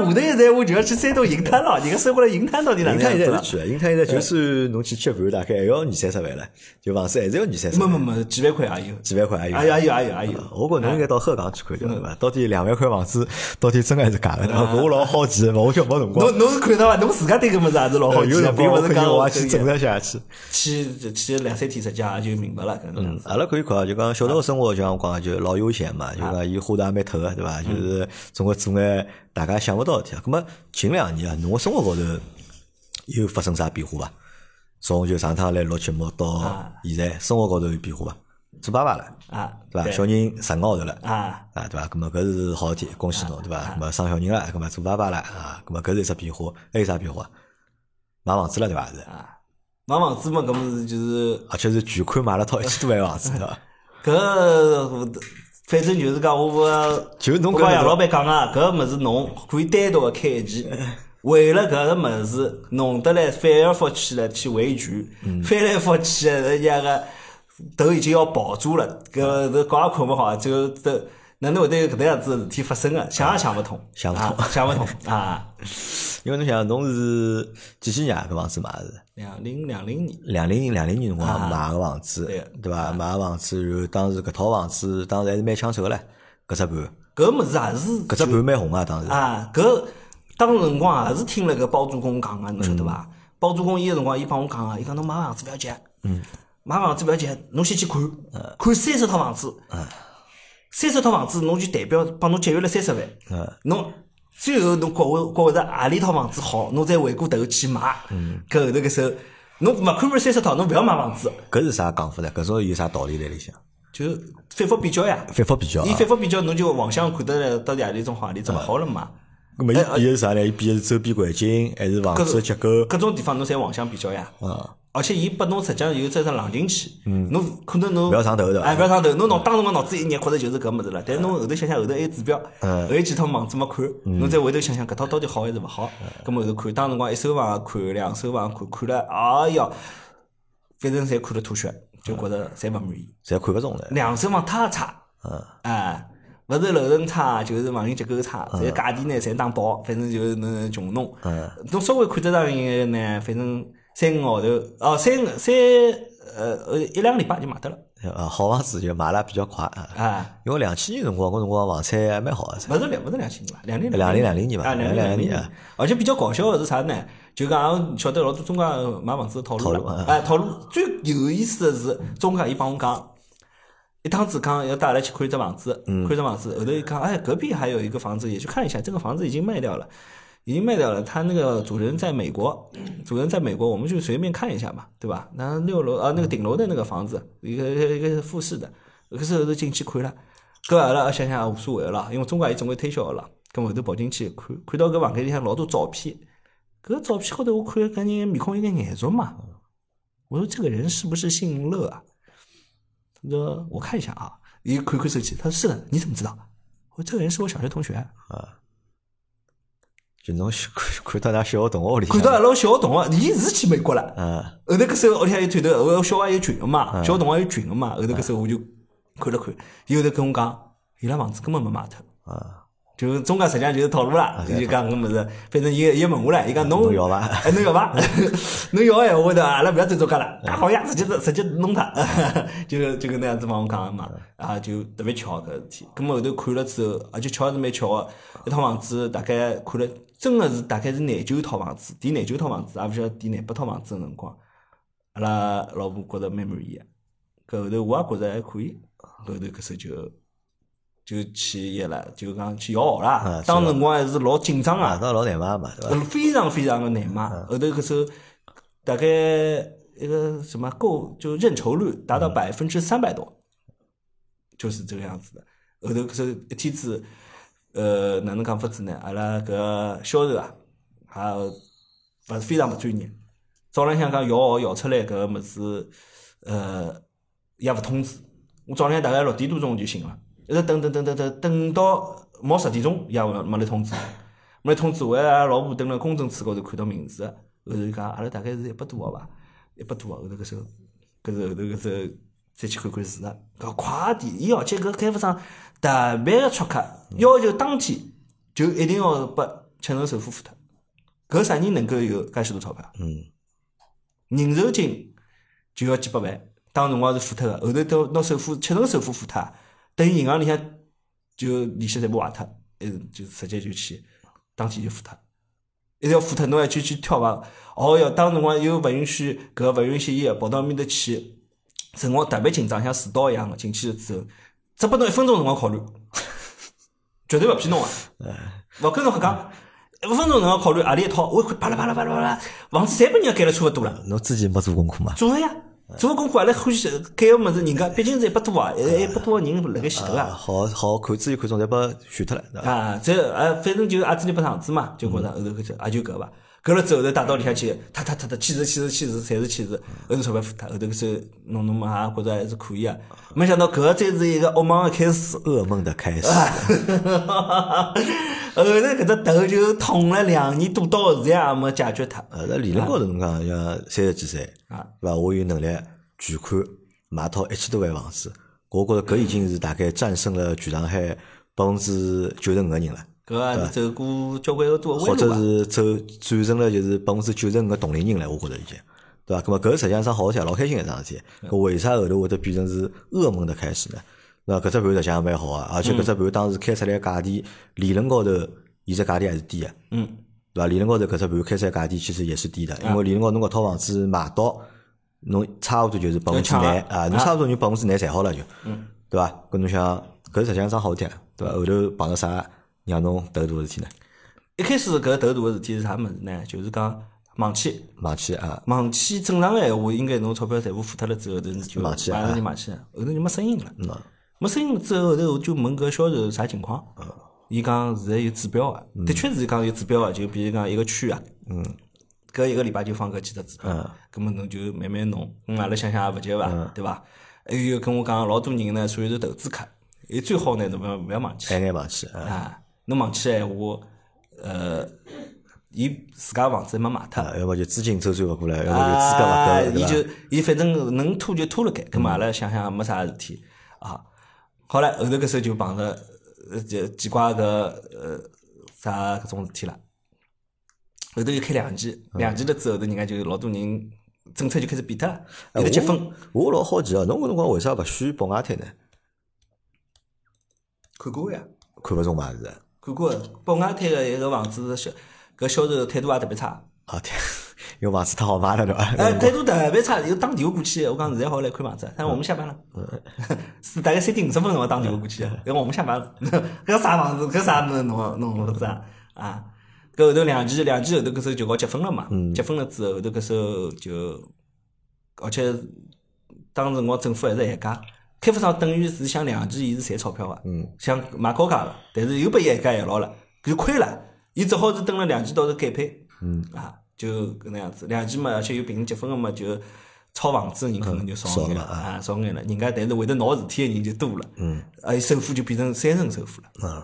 Speaker 2: 一站，我就要去山东银滩了。人家收过来银滩到底哪啊
Speaker 1: 银
Speaker 2: 能
Speaker 1: 泰
Speaker 2: 样
Speaker 1: 现在
Speaker 2: 子
Speaker 1: 是
Speaker 2: 了？
Speaker 1: 去，银泰现在
Speaker 2: 嗯
Speaker 1: 就算侬去吃饭，大概还要二三十万了，就房子还是要二三十
Speaker 2: 没
Speaker 1: 万，
Speaker 2: 没哎没，几万块也有，
Speaker 1: 几万块也有
Speaker 2: 也。有也有也有也有。
Speaker 1: 我觉着侬应该到鹤岗去看看，对伐？到底两万块房子到底真还是假的？对伐我老好奇，我就没辰光。哦
Speaker 2: 侬侬是看到伐？啊侬自家对搿物事也是老好奇
Speaker 1: 有
Speaker 2: 的，
Speaker 1: 辰
Speaker 2: 并
Speaker 1: 光我
Speaker 2: 勿是
Speaker 1: 可以
Speaker 2: 讲
Speaker 1: 我
Speaker 2: 我
Speaker 1: 也去整了下去。
Speaker 2: 去去两三天，实际也就明白了搿能样子。
Speaker 1: 阿拉可以看啊，就讲小赵的生活，就像我讲，就老悠闲嘛，就讲伊花的也蛮透啊个，对伐？就是总归做眼大家想勿到的事体啊。咁么近两年啊，侬个生活高头有发生啥变化伐？从就上趟来录节目到现在，生活高头有变化伐？做爸爸了，
Speaker 2: 啊，
Speaker 1: 对伐？小人十个号头了。
Speaker 2: 啊，
Speaker 1: 啊，对伐？咁么搿是好事体，恭喜侬，对伐？咁么生小人了，咁么做爸爸了啊，咁么搿是一只变化，还有啥变化？买房子了对伐？是，
Speaker 2: 买房子嘛，搿么是就是
Speaker 1: 而且是全款买了套一千多万房子，对伐？
Speaker 2: 搿，反正就是讲我勿，
Speaker 1: 就侬搿
Speaker 2: 我跟杨
Speaker 1: 个
Speaker 2: 老板讲啊，搿物事侬可以单独个开
Speaker 1: (laughs)
Speaker 2: 一期，
Speaker 1: 嗯
Speaker 2: 为了搿个物事弄得来翻来覆去了去维权，
Speaker 1: 嗯
Speaker 2: 翻来覆去的人家个头已经要爆炸了，搿
Speaker 1: 嗯
Speaker 2: 都觉也困勿好，就都哪能会得有搿能样子个事体发生个，啊想也想勿通，
Speaker 1: 想
Speaker 2: 勿
Speaker 1: 不通
Speaker 2: 通，想勿通啊！
Speaker 1: (laughs) 因为侬想，侬是几几年啊搿房子买的是？
Speaker 2: 两零两零年，
Speaker 1: 两零两零年辰光买个房子
Speaker 2: 啊对，啊
Speaker 1: 对伐？买个房子，然后当时搿套房子当时还是蛮抢手个唻，搿只盘，
Speaker 2: 搿物事也是
Speaker 1: 搿只盘蛮红啊，当时。
Speaker 2: 啊，搿当辰光啊也是听了搿包租公讲啊个，侬晓得伐？
Speaker 1: 嗯
Speaker 2: 包租公伊个辰光，伊帮我讲个，啊伊讲侬买房子勿要急，嗯，买房子勿要急，侬先去看，
Speaker 1: 嗯
Speaker 2: 看三十套房子，三十套房子侬就代表帮侬节约了三十万，
Speaker 1: 嗯
Speaker 2: 侬。最后侬觉会觉着何里套房子好，侬再回过头去买。
Speaker 1: 嗯
Speaker 2: 搿后头搿时候，侬勿看满三十套，侬勿要买房子，
Speaker 1: 搿是啥讲法呢？搿种有啥道理在里向？
Speaker 2: 就反复比较呀。
Speaker 1: 反复比较啊
Speaker 2: 伊，反复比较，侬就往向看得来到底何里种好，何里种勿好了嘛。
Speaker 1: 搿么伊
Speaker 2: 呃
Speaker 1: 比的是啥呢？伊比的是周边环境，还是房子的结构？啊
Speaker 2: 各种地方侬侪往相比较呀。
Speaker 1: 嗯
Speaker 2: 而且伊拨侬实际上有这只冷静期，侬可能侬
Speaker 1: 不要上头对伐
Speaker 2: 哎，不要上头。侬脑当时光脑子一热，觉着就是搿物事了。但是侬后头想想，后头还有指标，
Speaker 1: 嗯
Speaker 2: 还有几套房子没看，侬再回头想想，搿套到底好还是勿好？
Speaker 1: 嗯
Speaker 2: 咁么后头看，当时光一手房也看，两手房也看，看了，哎哟，反正侪看了吐血，就觉着侪勿满意。
Speaker 1: 侪看勿中了。
Speaker 2: 两手房太差，哎，勿是楼层差，就是房型结构差，侪价钿呢侪打薄，反正就是能穷弄。侬稍微看得上眼呢，反正三五个号头，哦，三个三呃呃一两个礼拜就买得了，
Speaker 1: 啊，好房子就买了比较快啊，
Speaker 2: 啊，
Speaker 1: 因为两千年辰光，搿辰光房产还蛮好个，
Speaker 2: 勿是两勿是两千年吧，两零
Speaker 1: 两零两零
Speaker 2: 年
Speaker 1: 年吧
Speaker 2: 啊，
Speaker 1: 两
Speaker 2: 零
Speaker 1: 零
Speaker 2: 零
Speaker 1: 年
Speaker 2: 年
Speaker 1: 啊。
Speaker 2: 而且比较搞笑个是啥呢？就讲晓得老多中介买房子的套路
Speaker 1: 套路
Speaker 2: 了
Speaker 1: 啊，
Speaker 2: 哎，套路最有意思的是中介伊帮我讲。一趟子讲要带阿拉去看一只房子，看一只房子，后头一讲，哎，隔壁还有一个房子，也去看一下。这个房子已经卖掉了，已经卖掉了。他那个主人在美国，主人在美国，我们就随便看一下嘛，对吧？然后六楼啊，那个顶楼的那个房子，一个一个是复式的，可是后头进去看了，搿阿拉想啊想也无所谓了，因为中介伊总归推销个了。搿后头跑进去看，看到搿房间里向老多照片，搿照片高头我看搿人面孔有眼眼熟嘛，我说这个人是不是姓乐啊？他说我看一下啊，一看看手机，他说是的，你怎么知道？我说这个人是我小学同学，
Speaker 1: 就侬小 (laughs) 看到㑚小学同学屋里向，
Speaker 2: 看到阿拉小学同学，伊是去美国了。
Speaker 1: 嗯，
Speaker 2: 后头搿时候屋里向有团头，我小学也有群个嘛，小学同学有群个嘛。后头搿时候我就看了看，伊后头跟我讲，伊拉房子根本没卖脱。
Speaker 1: 啊，
Speaker 2: 就是中介实际上就是套路啦，就讲搿物事，反正伊伊问我唻，伊讲侬
Speaker 1: 侬要伐
Speaker 2: (laughs) 哎，侬要伐？侬要闲话的，阿拉勿要再做介了，干好呀，直接直接弄他， (laughs) 就就搿能样子帮我讲个嘛，啊，就特别巧搿事体。咁么后头看了之后，啊而且巧是蛮巧个，一套房子大概看了，真个是大概是廿九套房子，第廿九套房子，也勿晓得第廿八套房子个辰光，阿拉老婆觉着蛮满意个，搿后头我也觉着还可以，搿后头搿时候就。就去伊了，就讲去摇号啦
Speaker 1: 啊。
Speaker 2: 当辰光还是老紧张
Speaker 1: 啊，
Speaker 2: 啊，
Speaker 1: 那老难买嘛，对伐？
Speaker 2: 非常非常的难嘛。后头搿时候大概一个什么购就认筹率达到百分之三百多，就是这个样子的。后头搿时候一天子呃，哪能讲法子呢？阿拉搿销售啊，还勿是非常勿专业。早浪向讲摇号摇出来搿物事，呃，也勿通知。我早浪向大概六点多钟就醒了，一直等等等等等，等到毛十点钟也没没来通知。没来通知，我阿拉老婆蹲辣公证处高头看到名字，后头讲阿拉大概是一百多号伐，一百多号后头搿时候，搿是后头搿时候。再去看看事实，搿快点！伊而且搿开发商特别个苛刻，要求当天就一定要拨七成首付付脱。搿啥人能够有介许多钞票？
Speaker 1: 嗯，
Speaker 2: 人寿金就要几百万，当辰光是付脱个，后头到拿首付七成首付付脱，等于银行里向就利息侪部坏脱，呃，就直接就去当天就付脱。一定要付脱，侬还去去跳房，哦哟，当辰光又勿允许搿勿允许伊跑到面头去。辰光特别紧张，像迟到一样的进去之后，只拨侬一分钟辰光考虑，绝对勿骗侬啊！勿跟侬瞎讲，一分钟辰光考虑何里一套，我一看巴拉巴拉巴拉巴拉，房子侪被人家改了差勿多了。
Speaker 1: 侬之前没做功课嘛？
Speaker 2: 做了呀，做功课阿拉欢喜呃改个物事，人家 (laughs) 毕竟是一百多啊，一一百多个人辣盖前头
Speaker 1: 啊， (laughs)
Speaker 2: 啊。
Speaker 1: 好好看之前看中，侪拨选脱了对伐。
Speaker 2: 啊，这啊，反正就是阿子里白糖子嘛，就觉着后
Speaker 1: 嗯
Speaker 2: 头搿只啊也就搿伐。搿了之后头带到里向去，踏踏踏踏，气势气势气势，侪是气势。后头钞票付脱，后头搿是弄弄嘛，也觉着还是可以啊。没想到搿才是一个噩梦的开始。 (laughs)
Speaker 1: 噩梦的开始，
Speaker 2: 啊后头搿只头就痛了两年多，到现在也没解决脱。
Speaker 1: 呃，那理论高头侬讲像三十几岁，
Speaker 2: 啊
Speaker 1: 对伐？我有能力全款买套一千多万房子，我觉着搿已经是大概战胜了全上海百分之九十五个人了。
Speaker 2: 搿也是走过交关多个
Speaker 1: 或
Speaker 2: 弯路啊
Speaker 1: 者
Speaker 2: 吧。
Speaker 1: 是走转成了就是百分之九十五个同龄人了，我觉着已经，对伐？那么搿实际上是桩好事体，老开心个一桩事体。搿为啥后头会得变成是噩梦的开始呢？那搿只盘实际上蛮好啊，而且搿只盘当时开出来价钿，理论高头，伊只价钿还是低个，
Speaker 2: 嗯，
Speaker 1: 对伐？理论高头搿只盘开出来价钿其实也是低的，因为理论高头侬搿套房子买到，侬差勿多就是百分之
Speaker 2: 抢
Speaker 1: 廿
Speaker 2: 了
Speaker 1: 啊，侬差勿多就百分之廿赚好了就，对伐？搿侬想，搿实际上是桩好事体啊，对伐？后头碰到啥让侬头大的事体呢？
Speaker 2: 一开始搿头大个事体是啥物事呢？就是讲忘记。
Speaker 1: 买去啊！
Speaker 2: 忘记正常个闲话，应该侬钞票全部付脱了之后，头就
Speaker 1: 忘记
Speaker 2: 马上
Speaker 1: 啊
Speaker 2: 就忘记了，后头就没声音了。没声音了之后，后头我就问搿销售啥情况。伊讲现在有指标个，的确是讲有指标个，就比如讲一个区啊，嗯，搿一个礼拜就放搿几只指标，搿么侬就慢慢弄。嗯，阿拉想想也勿急伐，对伐？还有跟我讲，老多人呢，属于是投资客，伊最好呢，侬勿要勿要忘记。
Speaker 1: 还眼忘记啊，
Speaker 2: 啊，侬忘记个闲话，呃，伊自家房子还没卖脱。
Speaker 1: 啊要么就资金周转勿过来，要
Speaker 2: 啊，
Speaker 1: 么就资格勿够，
Speaker 2: 伊
Speaker 1: 对伐？嗯
Speaker 2: 就伊反正能拖就拖了该，葛末阿拉想想也没啥事体啊。好了，后头搿时候就碰着呃就奇怪个呃啥搿种事体了。后头又开两期，
Speaker 1: 嗯
Speaker 2: 两期了之后头，人家就老多人政策就开始变脱了，有
Speaker 1: 哎
Speaker 2: 的结婚
Speaker 1: 我我老好奇啊，侬搿辰光为啥勿选宝雅滩呢？
Speaker 2: 看过呀，
Speaker 1: 看勿中啊嘛是
Speaker 2: 看过宝雅滩个一个房子销搿销售态度也特别差，
Speaker 1: (laughs) 啊天，因为房子太好买了对
Speaker 2: (laughs)
Speaker 1: 伐？
Speaker 2: 哎，态度特别差，又打电话过去，我讲现在好来看房子，他说我们下班了，是大概三点五十分钟我打电话过去的，因为我们下班了， (laughs) 搿啥房子，搿啥物事侬侬勿知啊？啊，搿后头两期两期后头搿时候就搞结婚了嘛，结婚了之后后头搿时候就，而且当辰光政府还是限价。开发商等于是想两期，伊是赚钞票个，想买高价个，但是又被伊限价限牢了，就亏了。伊只好是等了两期，到时候改配，嗯啊，就搿能样子。两期嘛，而且又凭结婚个嘛，就炒房子的人可能就少
Speaker 1: 少
Speaker 2: 眼
Speaker 1: 了
Speaker 2: 啊，少眼了。人家但是会得闹事体个人就多了，嗯，啊，伊首付就变成三成首付了。
Speaker 1: 嗯，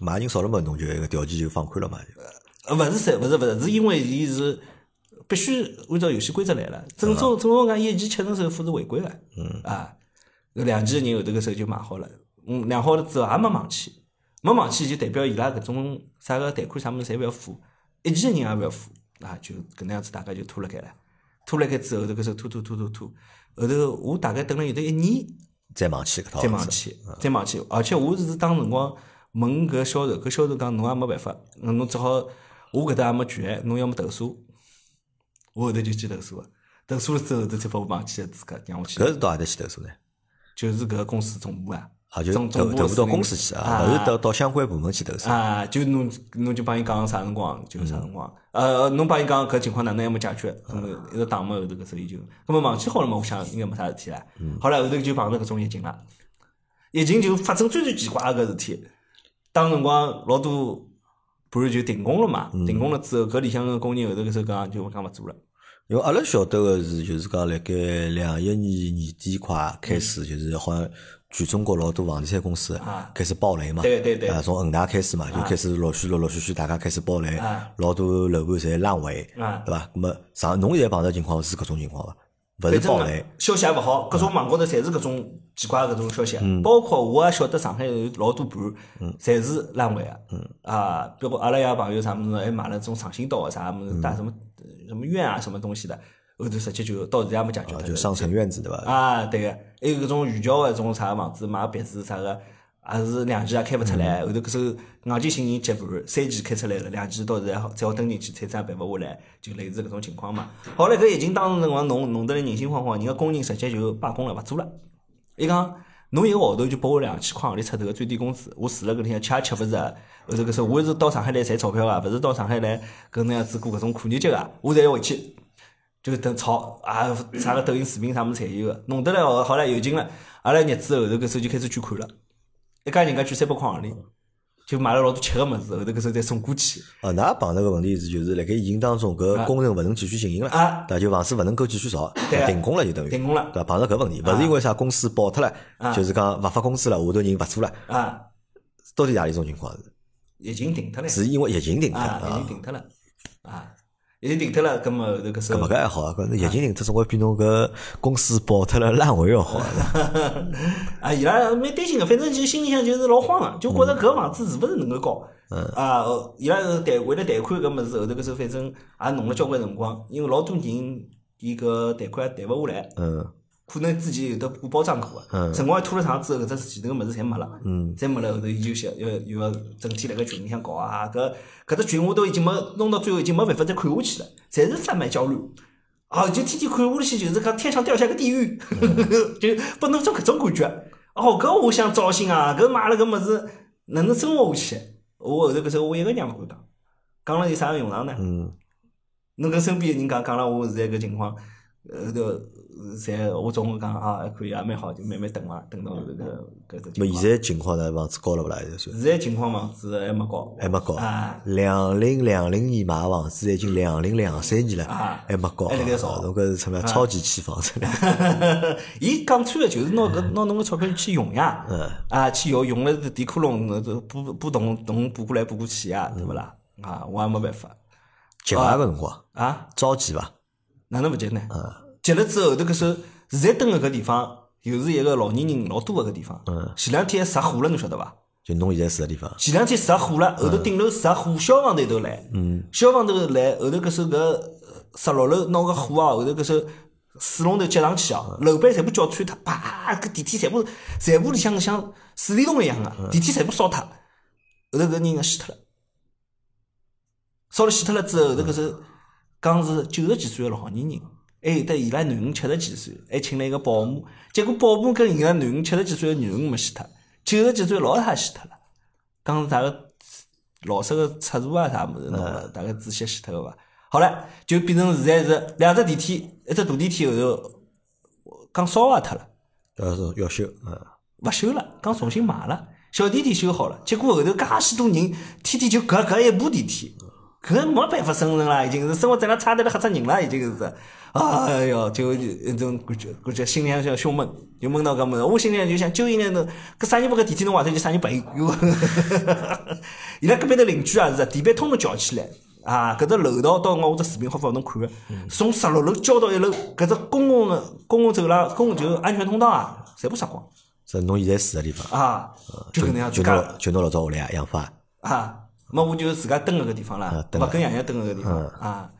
Speaker 1: 买人少了嘛，侬就一个条件就放宽了嘛就。
Speaker 2: 呃，勿是三，勿是勿是，是因为伊是必须按照游戏规则来了。正宗正宗讲，一期七成首付是违规个，嗯啊，有两期人后头搿时候就买好了，嗯，两好了之后也没忘记，没忘记就代表伊拉搿种啥个贷款啥物事侪勿要付，一期个人也勿要付，啊，就搿能样子大概就拖辣盖了，拖辣盖之后头搿时候拖拖拖拖拖，后头我大概等了有得一年。
Speaker 1: 再忘记搿套
Speaker 2: 再
Speaker 1: 房
Speaker 2: 忘
Speaker 1: 子，
Speaker 2: 记，再忘记。而且我是当辰光问搿销售，搿销售讲侬也没办法，嗯侬只好我搿搭也没权，侬要么投诉。我后头就去投诉了，投诉了之后，头才把我忘记了资格，让我去
Speaker 1: 搿，是到何搭去投诉呢？
Speaker 2: 就是搿个公司总部啊，
Speaker 1: 啊，就
Speaker 2: 总
Speaker 1: 投
Speaker 2: 总部
Speaker 1: 投诉
Speaker 2: 是
Speaker 1: 到
Speaker 2: 那
Speaker 1: 公
Speaker 2: 个
Speaker 1: 司去啊，勿是到到相关部门去投诉。
Speaker 2: 啊，就侬侬就帮伊讲啥辰光，就是啥辰光。呃，侬帮伊讲搿情况哪能还没解决，咁么一直打嘛，后头搿时候伊就，咁么忘记好了嘛，我想应该没啥事体啦。好了，后头就碰着搿种疫情了，疫情就发生最最奇怪个搿事体，当辰光老多不是就停工了嘛？停工了之后，搿里向个工人后头搿首讲就讲勿做了。
Speaker 1: 因为阿拉晓得个是，就是讲辣盖两一年年底快开始，就是好像全中国老多房地产公司
Speaker 2: 嗯啊
Speaker 1: 开始爆雷嘛，
Speaker 2: 对对对
Speaker 1: 啊，从恒大开始嘛，就开始陆续陆陆续续大家开始爆雷
Speaker 2: 啊，
Speaker 1: 老多楼盘侪烂尾，
Speaker 2: 啊
Speaker 1: 对伐？那么上侬现在碰到情况是搿种情况伐？勿是爆雷，
Speaker 2: 消息也勿好，各种网高头侪是搿种奇怪的搿种消息，包括我也晓得上海有老多盘，侪是烂尾啊，啊，包括阿拉有朋友啥物事，还买了种长兴岛啊啥物事，搭什么什么院啊什么东西的，后头直接就到现在还没解决
Speaker 1: 啊
Speaker 2: 脱，
Speaker 1: 就上层院子对伐？
Speaker 2: 啊，对个，还有搿种远郊个种啥房子，买别墅啥个，也是两期也开勿出来。后头搿首硬件新人接盘，三期开出来了，两期到现在好才好登进去，才再办勿下来，就类似搿种情况嘛。好了，搿疫情当时辰光弄弄得来人心惶惶，人家工人直接就罢工了，勿做了。伊讲，侬一个号头就拨我两千块行钿出头个最低工资，我住了搿里向吃也吃勿着，后头搿说我是到上海来赚钞票啊个，勿是到上海来搿能样子过搿种苦日节个，我侪要回去。就等炒啊，啥个抖音视频啥么子侪有个，弄得来哦，好了有劲了。阿拉日子后头搿时候就开始捐款了，一家人家捐三百块行钿，就买了老多吃个物事，后头搿时候再送过去。
Speaker 1: 啊，那碰到个问题是，就是辣盖疫情当中，搿工程勿能继续进行了，
Speaker 2: 啊
Speaker 1: 对伐？就房子勿能够继续造，
Speaker 2: 对啊
Speaker 1: 停工了就等于
Speaker 2: 停工啊了
Speaker 1: 对伐？碰到搿问题，勿是因为啥公司爆脱了，就是讲勿发工资了，下头人勿做了，
Speaker 2: 啊，
Speaker 1: 到底哪里种情况是？
Speaker 2: 疫情停脱了，
Speaker 1: 是因为疫情停脱了
Speaker 2: 啊，疫
Speaker 1: 啊
Speaker 2: 情？停脱了，啊，疫情停脱了，葛末后头搿时
Speaker 1: 搿
Speaker 2: 候
Speaker 1: 么搿还好啊，搿疫情停脱总归比侬搿公司爆脱了烂尾要好
Speaker 2: (laughs)
Speaker 1: 啊。
Speaker 2: 啊，伊拉蛮担心个，反正就心里向就是老慌个，就觉着搿房子是勿是能够交。啊，呃伊拉是贷为了贷款搿物事，后头搿时候反正也弄了交关辰光，因为老多人伊搿贷款也贷勿下来。
Speaker 1: 嗯，
Speaker 2: 可能之前有得过包装过个，啊辰光一拖了长之后，搿只前头个物事侪没了，
Speaker 1: 嗯
Speaker 2: 侪没了，后头伊就想要又要整天辣盖群里向搞啊，搿搿只群我都已经没弄到最后，已经没办法再看下去了，侪是贩卖焦虑。啊，就天天看下去，就是讲天上掉下个地狱， (laughs) 就拨侬种搿种感觉。哦，搿我想糟心啊！搿买了搿物事哪能生活下去？我后头搿时候我一个娘勿敢讲，讲了有啥用场呢？
Speaker 1: 嗯
Speaker 2: 侬跟身边的人讲讲了，我现在搿情况，呃，就侪我总共讲啊，还可以啊，蛮好，就慢慢等嘛，等到搿个搿只
Speaker 1: 么
Speaker 2: 情况。
Speaker 1: 现在情况呢？房子高了勿啦？现在算
Speaker 2: 现在情况房子还没搞，
Speaker 1: 还没高
Speaker 2: 啊。 (laughs)
Speaker 1: 两零两零年买房子，已经两零两三年了，
Speaker 2: 啊
Speaker 1: 还没高啊。
Speaker 2: 还辣盖造
Speaker 1: 侬搿是什么
Speaker 2: 啊
Speaker 1: 超级期
Speaker 2: (laughs)
Speaker 1: 房子了？
Speaker 2: 伊讲穿了就是拿搿拿侬个钞票去用呀，
Speaker 1: 嗯
Speaker 2: 啊，去用用了地窟窿，补补洞洞补过来补过去呀，
Speaker 1: 嗯
Speaker 2: 对勿啦？啊，我也没办法
Speaker 1: 急伐搿辰光？
Speaker 2: 啊，
Speaker 1: 着急伐？
Speaker 2: 哪能勿急呢？
Speaker 1: 嗯
Speaker 2: 急了之后，后头搿首现在蹲个搿地方，又是一个老年人老多个搿地方。
Speaker 1: 嗯
Speaker 2: 前两天还着火了，侬晓得伐？
Speaker 1: 就侬现在住个地方，
Speaker 2: 前两天着火了，后头顶楼着火，消防队都来，消防队都来，后头搿首搿十六楼拿个火啊，后头搿首水龙头接上去啊，楼板全部绞穿脱，啪，搿电梯全部全部里向像水帘洞一样个、电梯全部烧脱，后头搿人啊死脱了，烧了死脱了之后，后头搿首讲是九十几岁个老年人。还有得伊拉囡恩七十几岁，还请了一个保姆，结果保姆跟伊拉囡恩七十几岁个囡恩没死脱，九十几岁老太死脱了。讲是啥个老式个插座啊啥物事弄了，大概仔细洗脱个伐？好了，就变成现在是两只电梯，一只大电梯后头讲烧坏脱了，
Speaker 1: 要是要修，嗯，
Speaker 2: 勿修了，讲重新买了，小电梯修好了，结果后头介许多人天天就搿搿一部电梯。搿没办法生存啦，已经是生活质量差得了吓死人了，已经是，哎哟，就一种感觉，感觉心里向像胸闷，就闷到搿么子。我心里向就想，就应该侬搿啥人把搿电梯弄坏脱，就啥人赔。哟 (laughs) 伊拉隔壁头邻居啊也是，地板通通搅起来。啊，搿只楼道到辰光我只视频发拨侬看个，从十六楼浇到一楼，搿只公共个公共走廊、公共就安全通道啊，全部杀光
Speaker 1: 是侬现在住个地方，
Speaker 2: 啊，就搿能样子
Speaker 1: 就
Speaker 2: 讲。
Speaker 1: 拿就拿老早下来养法，
Speaker 2: 啊，那我就自家蹲搿个地方
Speaker 1: 啊
Speaker 2: 啦，勿跟爷娘蹲搿个地
Speaker 1: 嗯
Speaker 2: 方啊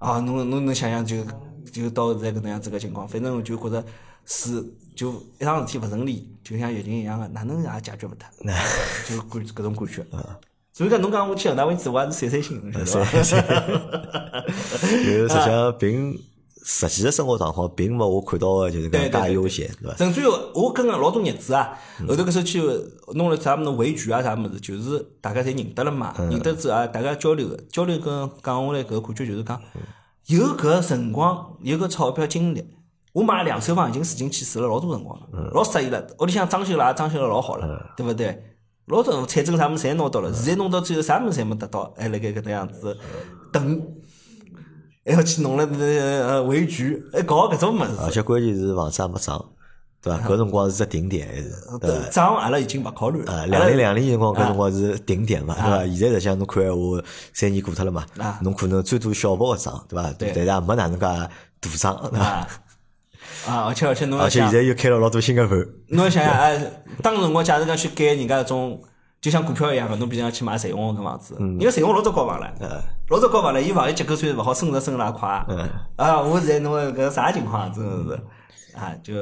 Speaker 2: 啊，侬侬能想象就就到现在搿能样子个情况，反正我就觉着是就一桩事体勿顺利，就像疫情一样个，哪能也解决勿
Speaker 1: (laughs)
Speaker 2: 脱，就感搿种感觉。
Speaker 1: 嗯
Speaker 2: 所以讲，侬讲我去恒大位置，我也是散散心，侬 (laughs) 晓得伐？
Speaker 1: 就是实际上并实际的生活状况并没我看到的就是
Speaker 2: 对对
Speaker 1: 讲介
Speaker 2: 对
Speaker 1: 悠闲，对伐？
Speaker 2: 甚至于我跟个老多日子啊，后头搿首去弄了啥物事围局啊啥物事，就是大家侪认得了嘛，认得之后啊，大家交流个，交流跟讲下来搿个感觉就是讲，有搿辰光，有搿钞票精力。我买两手房已经住进去住了老多辰光了，老适意了。屋里向装修了也装修了老好了，对勿对？老早财政啥物事侪拿到了，现在弄到最后啥物事侪没得到，哎还辣盖搿能样子等，还要去弄了呃维权，还搞搿种物
Speaker 1: 而
Speaker 2: 事。
Speaker 1: 且关键是房子也没涨，对
Speaker 2: 啊
Speaker 1: 伐？搿辰光是只顶点，还是对伐？
Speaker 2: 涨阿拉已经勿考虑了。
Speaker 1: 呃，
Speaker 2: 阿
Speaker 1: 两
Speaker 2: 拉
Speaker 1: 零两零年辰
Speaker 2: 啊
Speaker 1: 光，搿辰光是顶点嘛，对伐？现在实际上侬看闲话，三年过脱了嘛
Speaker 2: 啊，
Speaker 1: 侬可能最多小幅个涨，对伐？
Speaker 2: 对
Speaker 1: 但是也没哪能介大涨，对伐？
Speaker 2: 啊啊！而且而且侬要
Speaker 1: 而且
Speaker 2: 想
Speaker 1: 现，在又开了老多新个盘，
Speaker 2: 侬要想想，哎，当辰光假如讲去改人家搿种，就像股票一样个，侬比如讲去买彩虹搿房子，
Speaker 1: 嗯
Speaker 2: 人家彩虹老早交房了，
Speaker 1: 呃
Speaker 2: 老早交房了，伊房业结构虽然勿好，升值升了也快。啊，我现在侬搿啥情况啊？真的是啊，就。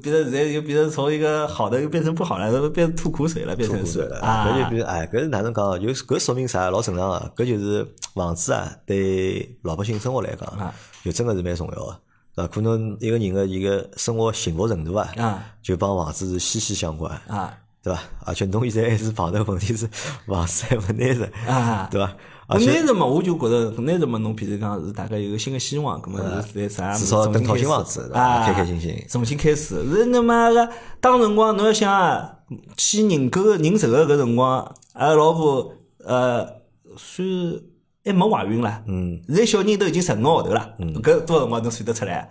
Speaker 2: 变成现在又变成从一个好的又变成不好了，都变成吐苦水了，变成是啊，
Speaker 1: 搿就比如哎，搿是哪能讲啊？就是搿说明啥？老正常啊，搿就是房子啊，对老百姓生活来讲啊，就真个是蛮重要个。啊，可能一个人个一个生活幸福程度啊
Speaker 2: 啊，
Speaker 1: 就帮房子是息息相关。
Speaker 2: 啊
Speaker 1: 对伐？而且侬现在还是碰到问 (laughs) 题是房子还勿拿着，
Speaker 2: 啊
Speaker 1: 对伐？而
Speaker 2: 搿
Speaker 1: 且
Speaker 2: 那什么，我就觉得搿那什么，侬譬如讲是大概有个新的希望，搿么是啥？
Speaker 1: 至少等套
Speaker 2: 啊重
Speaker 1: 新
Speaker 2: 新
Speaker 1: 房
Speaker 2: 开始
Speaker 1: 子，对
Speaker 2: 啊，
Speaker 1: 伐？开开心心。
Speaker 2: 重新开始。是那妈个当辰光，侬要想啊，去认购个认筹个搿辰光，阿拉老婆呃，算还没怀孕啦。嗯。现在小人都已经十五个号头了，搿多少辰光能算得出来？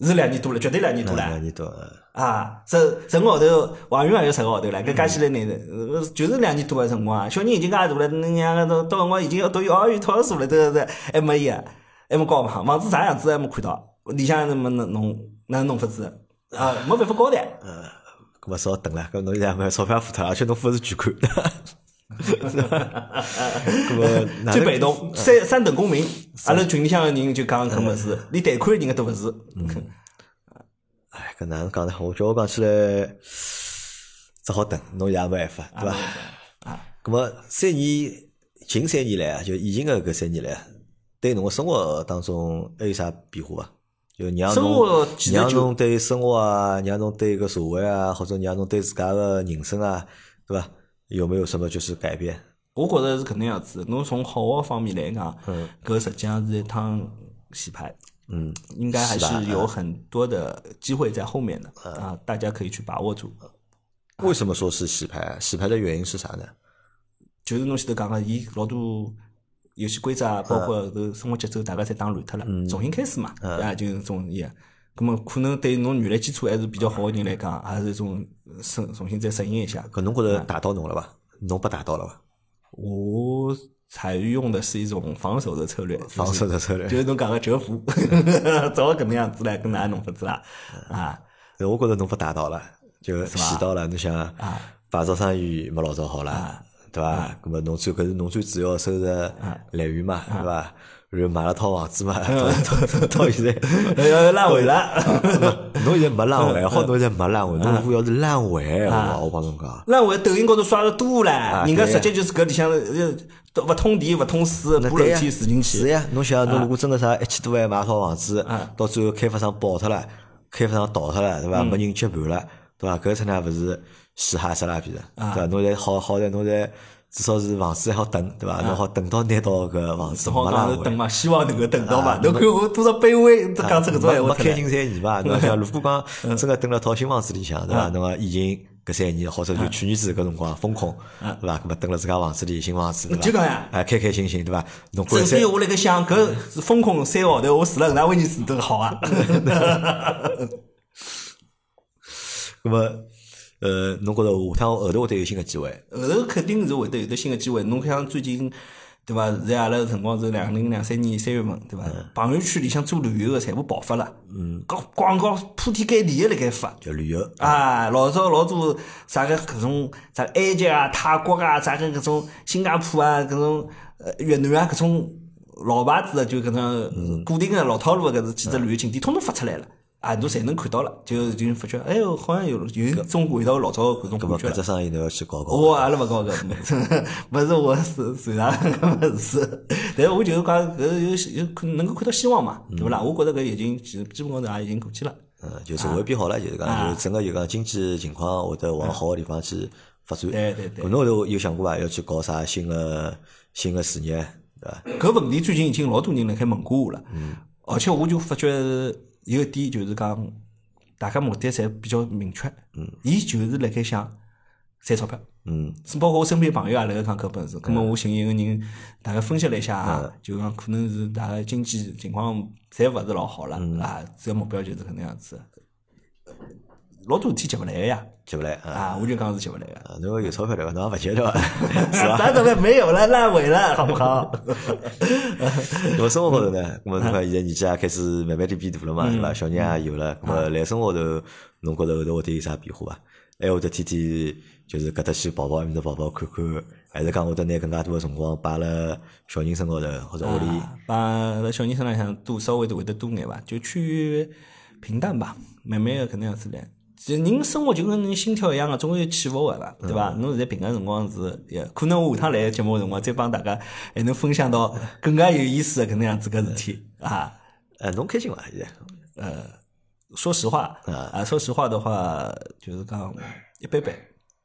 Speaker 2: 是两年多了，绝对两年多了。
Speaker 1: 啊，你懂啊？
Speaker 2: 啊，十十个号头，怀孕也有十个号头了，搿加起来呢，呃就是两年多个辰光啊。小人已经介大了，侬娘个到到辰光已经要读幼儿园、托儿所了，都是还没伊啊，还没交房，房子啥样子还没看到，里向怎么能弄，哪能弄法子啊？没办法交代，
Speaker 1: 搿么少等了，搿侬现在还没有钞票付脱，而且侬付的是 (laughs) 全款。
Speaker 2: (laughs)
Speaker 1: 搿么哪
Speaker 2: 最
Speaker 1: 能
Speaker 2: 被动，三三等公民，阿拉群里向个人就讲搿么事，连贷款个人都勿是。
Speaker 1: 哎，搿哪能讲呢？我叫我讲起来，只好等，侬也没办法，
Speaker 2: 啊
Speaker 1: 对伐？搿么三年，近三年来啊，就疫情个搿三年来啊，对侬个生活当中还有啥变化伐？就让
Speaker 2: 生活
Speaker 1: 侬
Speaker 2: 其实
Speaker 1: 让
Speaker 2: 就
Speaker 1: 侬对生活啊，让侬对搿社会啊，或者让侬对自家个人生啊，对伐？有没有什么就是改变？
Speaker 2: 我觉着是搿能样子。侬从好个方面来讲，搿实际上是一趟洗牌，
Speaker 1: 嗯，嗯
Speaker 2: 应该还
Speaker 1: 是吧
Speaker 2: 是有很多的机会在后面的啊，大家可以去把握住。
Speaker 1: 为什么说是洗牌？洗牌的原因是啥呢？
Speaker 2: 就是侬前头讲个，伊老多游戏规则啊，包括
Speaker 1: 嗯
Speaker 2: 搿生活节奏，大家侪打乱脱了，重新开始嘛，啊，就是种伊。葛么可能对侬原来基础还是比较好个人来讲，还是一种适重新再适应一下。
Speaker 1: 搿侬觉着打到侬了伐？侬被打到了伐？
Speaker 2: 我采用的是一种防守的策略，就是
Speaker 1: 防守的策略
Speaker 2: 就。是侬讲个折服，
Speaker 1: 嗯
Speaker 2: (laughs) 早搿能样子来跟哪弄法子啦？啊，
Speaker 1: 那哎我觉着侬被打到了，就洗到了。侬想，牌照生意没老早好了，对伐？那么侬最搿是侬最主要的收入来源嘛，对伐？然后买了套房子嘛，到 (laughs) 到到现在，
Speaker 2: 要拉回呃
Speaker 1: 嗯
Speaker 2: 了，
Speaker 1: 侬现在
Speaker 2: (laughs)
Speaker 1: 没烂尾，好侬现在没烂尾，侬如果要是烂尾，我我帮侬讲，
Speaker 2: 拉回抖音高头刷的多了，人家
Speaker 1: 啊对
Speaker 2: 直接就是搿里向呃勿通电勿通水，爬楼
Speaker 1: 对呀
Speaker 2: 梯使劲
Speaker 1: 是
Speaker 2: 去。啊
Speaker 1: 呀，侬想，侬如果真个啥一千多万买套房子，到最后开发商爆脱了，开发商倒脱了，对
Speaker 2: 嗯
Speaker 1: 伐？没人接盘了，对伐？搿出呢勿是嘻哈撒拉皮的，
Speaker 2: 啊
Speaker 1: 对伐？侬现在好好在侬现在至少是房子还好等，对伐？侬好等到拿到搿房子，
Speaker 2: 只啊好
Speaker 1: 没
Speaker 2: 讲
Speaker 1: 浪
Speaker 2: 是等
Speaker 1: 费。
Speaker 2: 嘛，希望能够等到嘛。侬看我多少卑微，只讲出搿种闲
Speaker 1: 啊没
Speaker 2: 话出
Speaker 1: 开
Speaker 2: 来。
Speaker 1: 进三年
Speaker 2: (laughs)
Speaker 1: 嘛，侬想，如果
Speaker 2: 嗯
Speaker 1: 讲真个蹲辣套新房子里向，对伐？侬讲疫情搿三年，或者
Speaker 2: 嗯
Speaker 1: 就去年子搿辰光风控，对伐？搿么蹲辣自家房子里，新房子，对伐
Speaker 2: 就搿样
Speaker 1: 哎，开开心心，对伐？侬过
Speaker 2: 首
Speaker 1: 一三
Speaker 2: 先，我辣盖想，搿
Speaker 1: 嗯
Speaker 2: 是风控三个号头，我住了搿能威尼斯都好啊。
Speaker 1: 那么，呃，侬觉着下趟后头会得有新的机会？
Speaker 2: 后头肯定是会得有得新的机会。侬像最近对伐？现在阿拉辰光是两零两三年三月份对伐？朋友圈里向做旅游个全部爆发了，嗯，搞广告铺天盖地个辣盖发。
Speaker 1: 就旅游，
Speaker 2: 啊，老早老多啥个搿种啥埃及啊、泰国啊、啥个搿种新加坡啊、搿种呃越南啊搿种老牌子的，就搿种固定的老套路的搿几只旅游景点，统统发出来了，啊，侬侪能看到了，就就发觉，哎哟，好像有有一种回到老早的哦搿
Speaker 1: 那
Speaker 2: 种
Speaker 1: 么
Speaker 2: 感觉
Speaker 1: 搿
Speaker 2: 了。
Speaker 1: 只生意侬要去搞搞。
Speaker 2: 我阿拉勿搞搿， (laughs) 勿是我是算啥搿物事，但是我就是讲搿有有可能能够看到希望嘛，对勿啦？我觉着搿已经基基本高头也已经过去了。
Speaker 1: 嗯，就社会变好了，就是
Speaker 2: 啊
Speaker 1: 讲，就整个就讲经济情况会得往好的地方去发展。
Speaker 2: 对对对
Speaker 1: 搿侬后头有想过伐？要去搞啥新的新的事业，对伐？
Speaker 2: 搿问题最近已经老多人辣海问过我了，
Speaker 1: 嗯
Speaker 2: 而且我就发觉有一点就是讲，大家目的侪比较明确，伊就是辣盖想赚钞票。
Speaker 1: 嗯，
Speaker 2: 是包括我身边朋友也辣盖讲搿本事。葛末我寻一个人，大概分析了一
Speaker 1: 嗯
Speaker 2: 下啊，就讲可能是大家经济情况侪勿是老好了
Speaker 1: 嗯
Speaker 2: 啊，主要目标就是搿能样子。老多事体急勿来个呀，
Speaker 1: 急勿来啊！
Speaker 2: 啊，我就讲是急勿来个。
Speaker 1: 侬要有钞票对伐？侬也勿急对伐？是
Speaker 2: (laughs)
Speaker 1: 伐？
Speaker 2: 咱怎么没有了，烂尾了，好不好？
Speaker 1: 那么生活高头呢？啊那么侬看现在年纪也开始慢慢的变大了嘛，对伐？小人也有了，那么来生活头，侬觉着后头会得有啥变化伐？还会得天天就是搿搭去跑跑，埃面搭跑跑看看，还是讲会得拿更加多的辰光摆辣小人身高头或者屋里？
Speaker 2: 啊把小人身浪向多稍微的会得多眼伐，就趋于平淡吧，慢慢的搿能样子来。其实人生活就跟人心跳一样个，总归有起伏个嘛，对伐？侬现在平个辰光是，也可能我下趟来节目个辰光，再帮大家还能分享到更加有意思个搿能样子个事体啊。
Speaker 1: 呃，侬开心伐？现在？
Speaker 2: 呃，说实话，啊，说实话的话，就是讲一般般，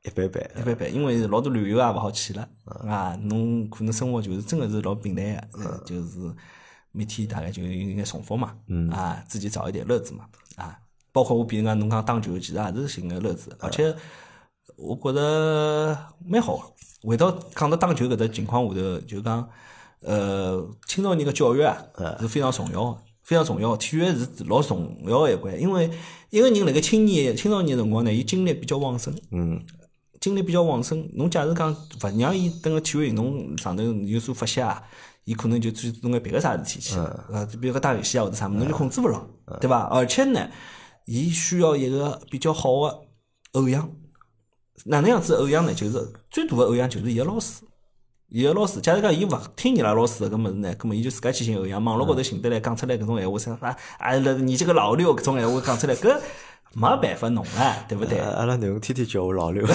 Speaker 1: 一般般，
Speaker 2: 一般般，因为老多旅游也勿好去了啊。侬可能生活就是真个是老平淡个，就是每天大概就有眼重复嘛，啊，自己找一点乐子嘛，啊。包括我比如讲，侬讲打球，其实啊也是寻个乐子，而且我觉着蛮好。回到讲到打球搿只情况下头，就讲呃青少年个教育啊是非常重要，非常重要。体育是老重要个一环，因为一个人辣盖青年、青少年辰光呢，伊精力比较旺盛，
Speaker 1: 嗯，
Speaker 2: 精力比较旺盛。侬假如讲勿让伊等个体育运动上头有所发泄啊。伊可能就去弄眼别个啥事体去，呃，比如讲打游戏啊或者啥么，侬就控制勿牢，对伐？而且呢。伊需要一个比较好的偶像，哪能样子偶像呢？就是最大的偶像就是伊个老师，伊个老师。假如讲伊勿听伊拉老师搿物事呢，搿么伊就自家去寻偶像，网络高头寻得来讲出来搿种闲话，啥啥啊，你这个老六搿种闲话讲出来，搿没办法弄啊，对勿对？
Speaker 1: 阿拉囡恩天天叫我老六，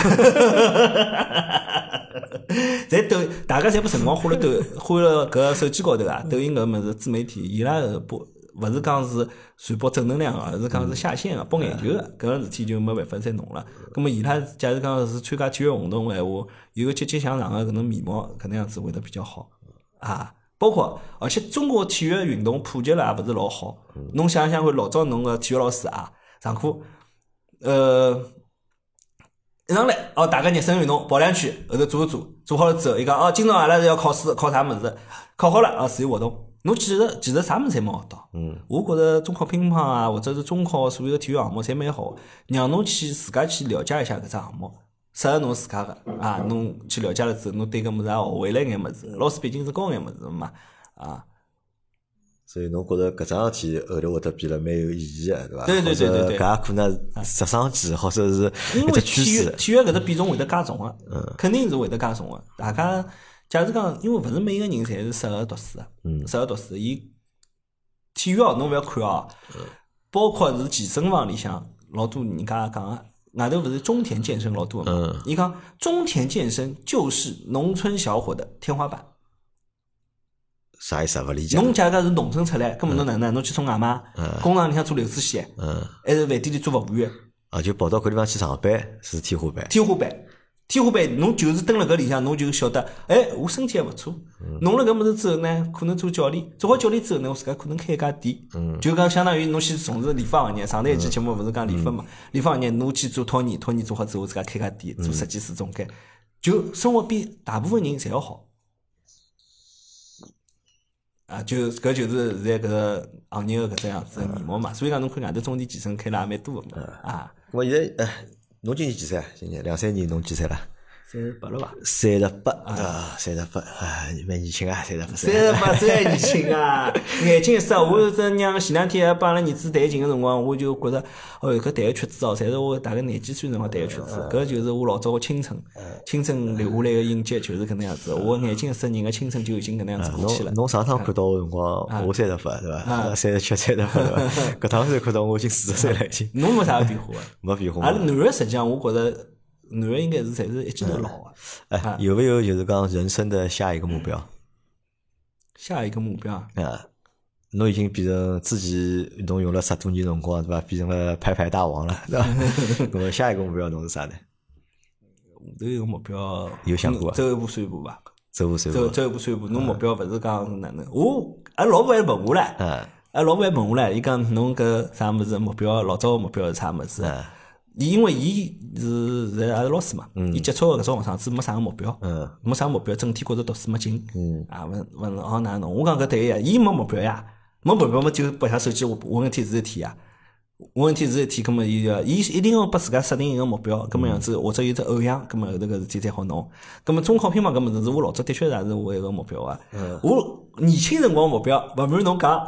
Speaker 2: (laughs) 侪抖，大家侪把辰光花了抖， (laughs) 花了搿手机高头啊，抖音搿物事自媒体，伊拉播。勿是讲是传播正能量个，而是讲是下线个，博眼球个，搿样事体就没办法再弄了。咁么伊拉假如讲是参加体育活动个闲话，有个积极向上个搿能面貌，搿能样子会得比较好啊。包括而且中国体育运动普及了也勿是老好。侬想想看，老早侬个体育老师啊，上课，呃，一上来哦，大家热身运动跑两圈，后头做一做，做好了之后，伊讲哦，今朝阿拉是要考试，考啥物事？考好了哦，体育活动。侬其实其实啥物事侪没学到，
Speaker 1: 嗯，
Speaker 2: 我觉着中考乒乓啊，或者是中考所有个体育项目侪蛮好，让侬去自家去了解一下搿只项目，适合侬自家个啊，侬去了解了之后，侬对搿物事也学会了眼物事，老师毕竟是教眼物事嘛，啊，
Speaker 1: 所以侬觉着搿桩事体后头会得变了蛮有意义个，对伐？
Speaker 2: 对对对对对
Speaker 1: 或者搿也可能是直升机，或者是
Speaker 2: 因
Speaker 1: 一
Speaker 2: 为
Speaker 1: 只趋
Speaker 2: 体育
Speaker 1: 势。嗯
Speaker 2: 体育搿只比重会得加重个，肯定是会得加重个。大家假如讲，因为勿是每个人侪是适合读书
Speaker 1: 嗯
Speaker 2: 个，适合读书。伊体育哦，侬勿要看哦，
Speaker 1: 嗯
Speaker 2: 包括是健身房里向老多人家也讲个，外头勿是中田健身老多个
Speaker 1: 嗯
Speaker 2: 嘛？伊讲中田健身就是农村小伙的天花板。
Speaker 1: 啥意思啊？勿理解。
Speaker 2: 侬假如讲是农村出来，根本侬哪能？侬去送外卖，工厂里向做流水线，
Speaker 1: 嗯，
Speaker 2: 还是饭店里做服务员？
Speaker 1: 啊，就跑到搿地方去上班是天花板。
Speaker 2: 天花板，天花板，侬就是蹲辣搿里向，侬就晓得，哎，我身体还勿错。弄了搿物事之后呢，可能做教练，做好教练之后呢，我自家可能开一家店，就讲相当于侬去从事理发行业。上头一期节目勿是讲理发嘛，理发行业侬去做托尼，托尼做好之后，我自家开家店，做设计师总监，就生活比大部分人侪要好。啊，就搿就是现在搿个行业个搿只样子个面貌嘛，所以讲侬看外头中年健身开了也蛮多个嘛，啊，
Speaker 1: 咾么现在，哎，侬今年几岁啊？今年两三年，侬几岁了？
Speaker 2: 三十八了伐？
Speaker 1: 三十八啊，三十八啊，蛮年轻啊，三十八
Speaker 2: 三
Speaker 1: 岁。
Speaker 2: 十八岁还年
Speaker 1: (laughs)
Speaker 2: 轻啊！眼睛一涩，我这娘前两天还帮阿拉儿子弹琴个辰光，我就觉着，哦哟，搿弹个曲子哦，侪是我大概廿几岁辰光弹个曲
Speaker 1: 嗯
Speaker 2: 子，搿就是我老早个青春，青春留下来个印记就是搿能样子。我眼睛一涩，人个青春就已经搿能样子过去了
Speaker 1: 嗯侬。侬上趟看到我辰光，我三十八对伐？三十七、三十八 (laughs) 对伐？搿趟子看到我已经四十岁了，已经
Speaker 2: 侬没啥
Speaker 1: (laughs)
Speaker 2: 变化
Speaker 1: 没变
Speaker 2: 个，
Speaker 1: 化
Speaker 2: 阿。拉男个实际上我觉着，男个应该是侪是一记头老啊个。
Speaker 1: 哎，有没有就是讲人生的下一个目标
Speaker 2: 下一个目标啊，
Speaker 1: 啊？侬已经变成之前侬用了十多年辰光对伐？变成了拍牌大王了对 (laughs) 伐？那么下一个目标侬是啥呢？
Speaker 2: 都有个目标，
Speaker 1: 有想过啊嗯
Speaker 2: 走一步算一步伐？
Speaker 1: 走步走
Speaker 2: 走
Speaker 1: 步。
Speaker 2: 走一步算一步，侬目标勿是讲哪能？我阿拉老婆还问我唻。
Speaker 1: 嗯
Speaker 2: 哎啊，老板问我唻，伊讲侬搿啥物事目标，老早个目标是啥物事？伊因为伊是是阿拉老师嘛，伊接触个搿种学生子没啥个目标，没啥目标，整天觉着读书没劲，啊，问问哦哪弄？我讲搿对呀，伊没目标呀，没目标么就白相手机，问题是一天呀。问题是一天，葛末伊要伊一定要拨自家设定一个目标，葛末样子或者有只偶像，葛末后头搿事体才好弄。葛末中考偏旁搿物事，我老早的确也是我一个目标啊。我年轻辰光目标，勿瞒侬讲，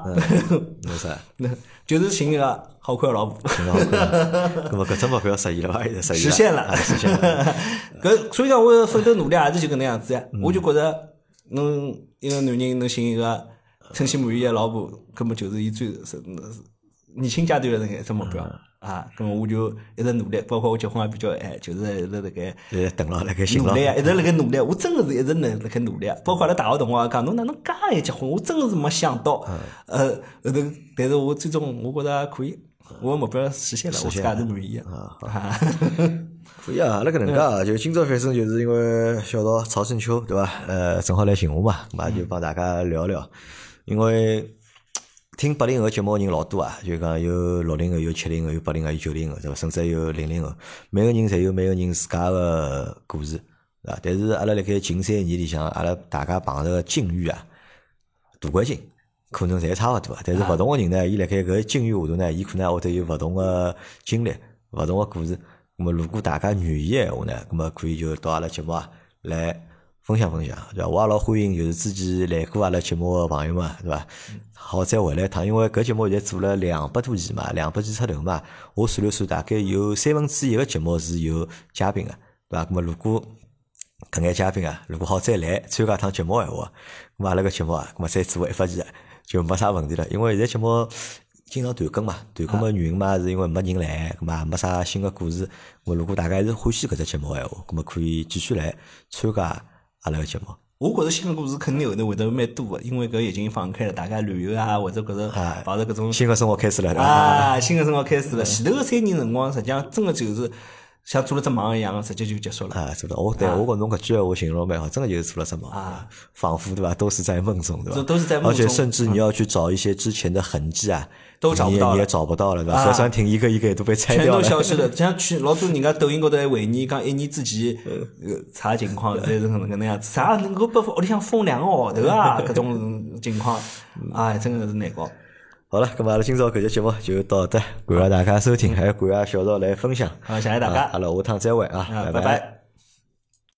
Speaker 1: 那啥，
Speaker 2: (laughs) 就是寻一个好看个老婆。
Speaker 1: 挺好看的。那么搿只目标实现了伐？还是实
Speaker 2: 实现了
Speaker 1: 啊实现
Speaker 2: (laughs)
Speaker 1: 了。嗯
Speaker 2: 搿所以讲，我奋斗努力也是就搿能样子呀。我就觉着，侬一个男人能寻一个称心满意个老婆，根本就是伊最是年轻阶段的一只目标
Speaker 1: 嗯
Speaker 2: 啊。咁么我就一直努力，包括我结婚也比较晚，就是一直辣盖
Speaker 1: 呃，等了辣盖寻
Speaker 2: 努
Speaker 1: 了
Speaker 2: 力。啊，一直辣盖努力。我真个是一直辣辣盖努力，啊包括阿拉大学同学也讲，侬哪能介一结婚？我真个是没想到。呃，后头，但是我最终我觉着可以，我的目标实现了，我自家也是满意个。啊 (laughs)
Speaker 1: 可以啊，阿拉搿能介啊，就今朝反正就是因为小道曹正秋对伐？呃，正好来寻我嘛，嘛就帮大家聊聊，因为。听八零后节目的人老多啊，就讲有六零后，有七零后，有八零后，有九零后，对伐？甚至有零零后，每个人侪有每个人自家个故事，对伐？但是阿拉辣盖近三年里向，阿拉大家碰着个境遇啊，大环境可能侪差勿多啊，但是勿同个人呢，伊辣盖搿个境遇下头呢，伊可能会得有勿同个经历、勿同个故事。那么，如果大家愿意闲话呢，那么可以就到阿拉节目啊来分享分享，对伐？我也老欢迎就是之前来过阿拉节目个朋友嘛，对伐？好再回来一趟，因为搿节目现在做了两百多期嘛，两百期出头嘛，我算了算，大概有三分之一个节目是有嘉宾个，对伐？那么如果搿眼嘉宾啊，如果好再来参加趟节目个闲话，咁阿拉个节目啊，咁啊再做一发期啊就没啥问题了，因为现在节目经常断更嘛，断更个原因嘛是因为没人来，咁啊没啥新个故事。咁啊如果大家还是欢喜搿只节目个闲话，咁啊可以继续来参加阿拉个节目。
Speaker 2: 我觉着新的故事肯定后头会得蛮多个，因为搿疫情放开了，大家旅游啊，或者觉着碰着搿种
Speaker 1: 新个生活开始了，对伐？
Speaker 2: 啊，新的生活开始了。前头个三年辰光，实际上真个就是像做了只梦一样，直接就结束了。
Speaker 1: 啊，做了，我对我觉侬搿句闲话形容蛮好，真的就是做了什么
Speaker 2: 啊，
Speaker 1: 仿佛对吧，都是在梦中，对吧？
Speaker 2: 都都是在梦中嗯
Speaker 1: 而且甚至你要去找一些之前的痕迹啊，
Speaker 2: 都找不
Speaker 1: 你也
Speaker 2: 到了
Speaker 1: 你也找不到了，对吧？
Speaker 2: 啊
Speaker 1: 核酸亭一个一个也都被拆
Speaker 2: 全
Speaker 1: 掉
Speaker 2: 都
Speaker 1: 了，
Speaker 2: 消失了，像去老多人家抖音高头还回忆，讲一年之前呃啥情况，侪是搿能搿能样子，啥能够拨屋里向封两个号头啊，搿种情况，哎，真个是难搞。
Speaker 1: 好了，咁阿拉今朝搿节节目就到这，感谢大家收听，还有感谢小赵来分享。
Speaker 2: 好，谢谢大
Speaker 1: 啊
Speaker 2: 家，
Speaker 1: 阿拉下趟再会啊，
Speaker 2: 啊，
Speaker 1: 拜
Speaker 2: 拜拜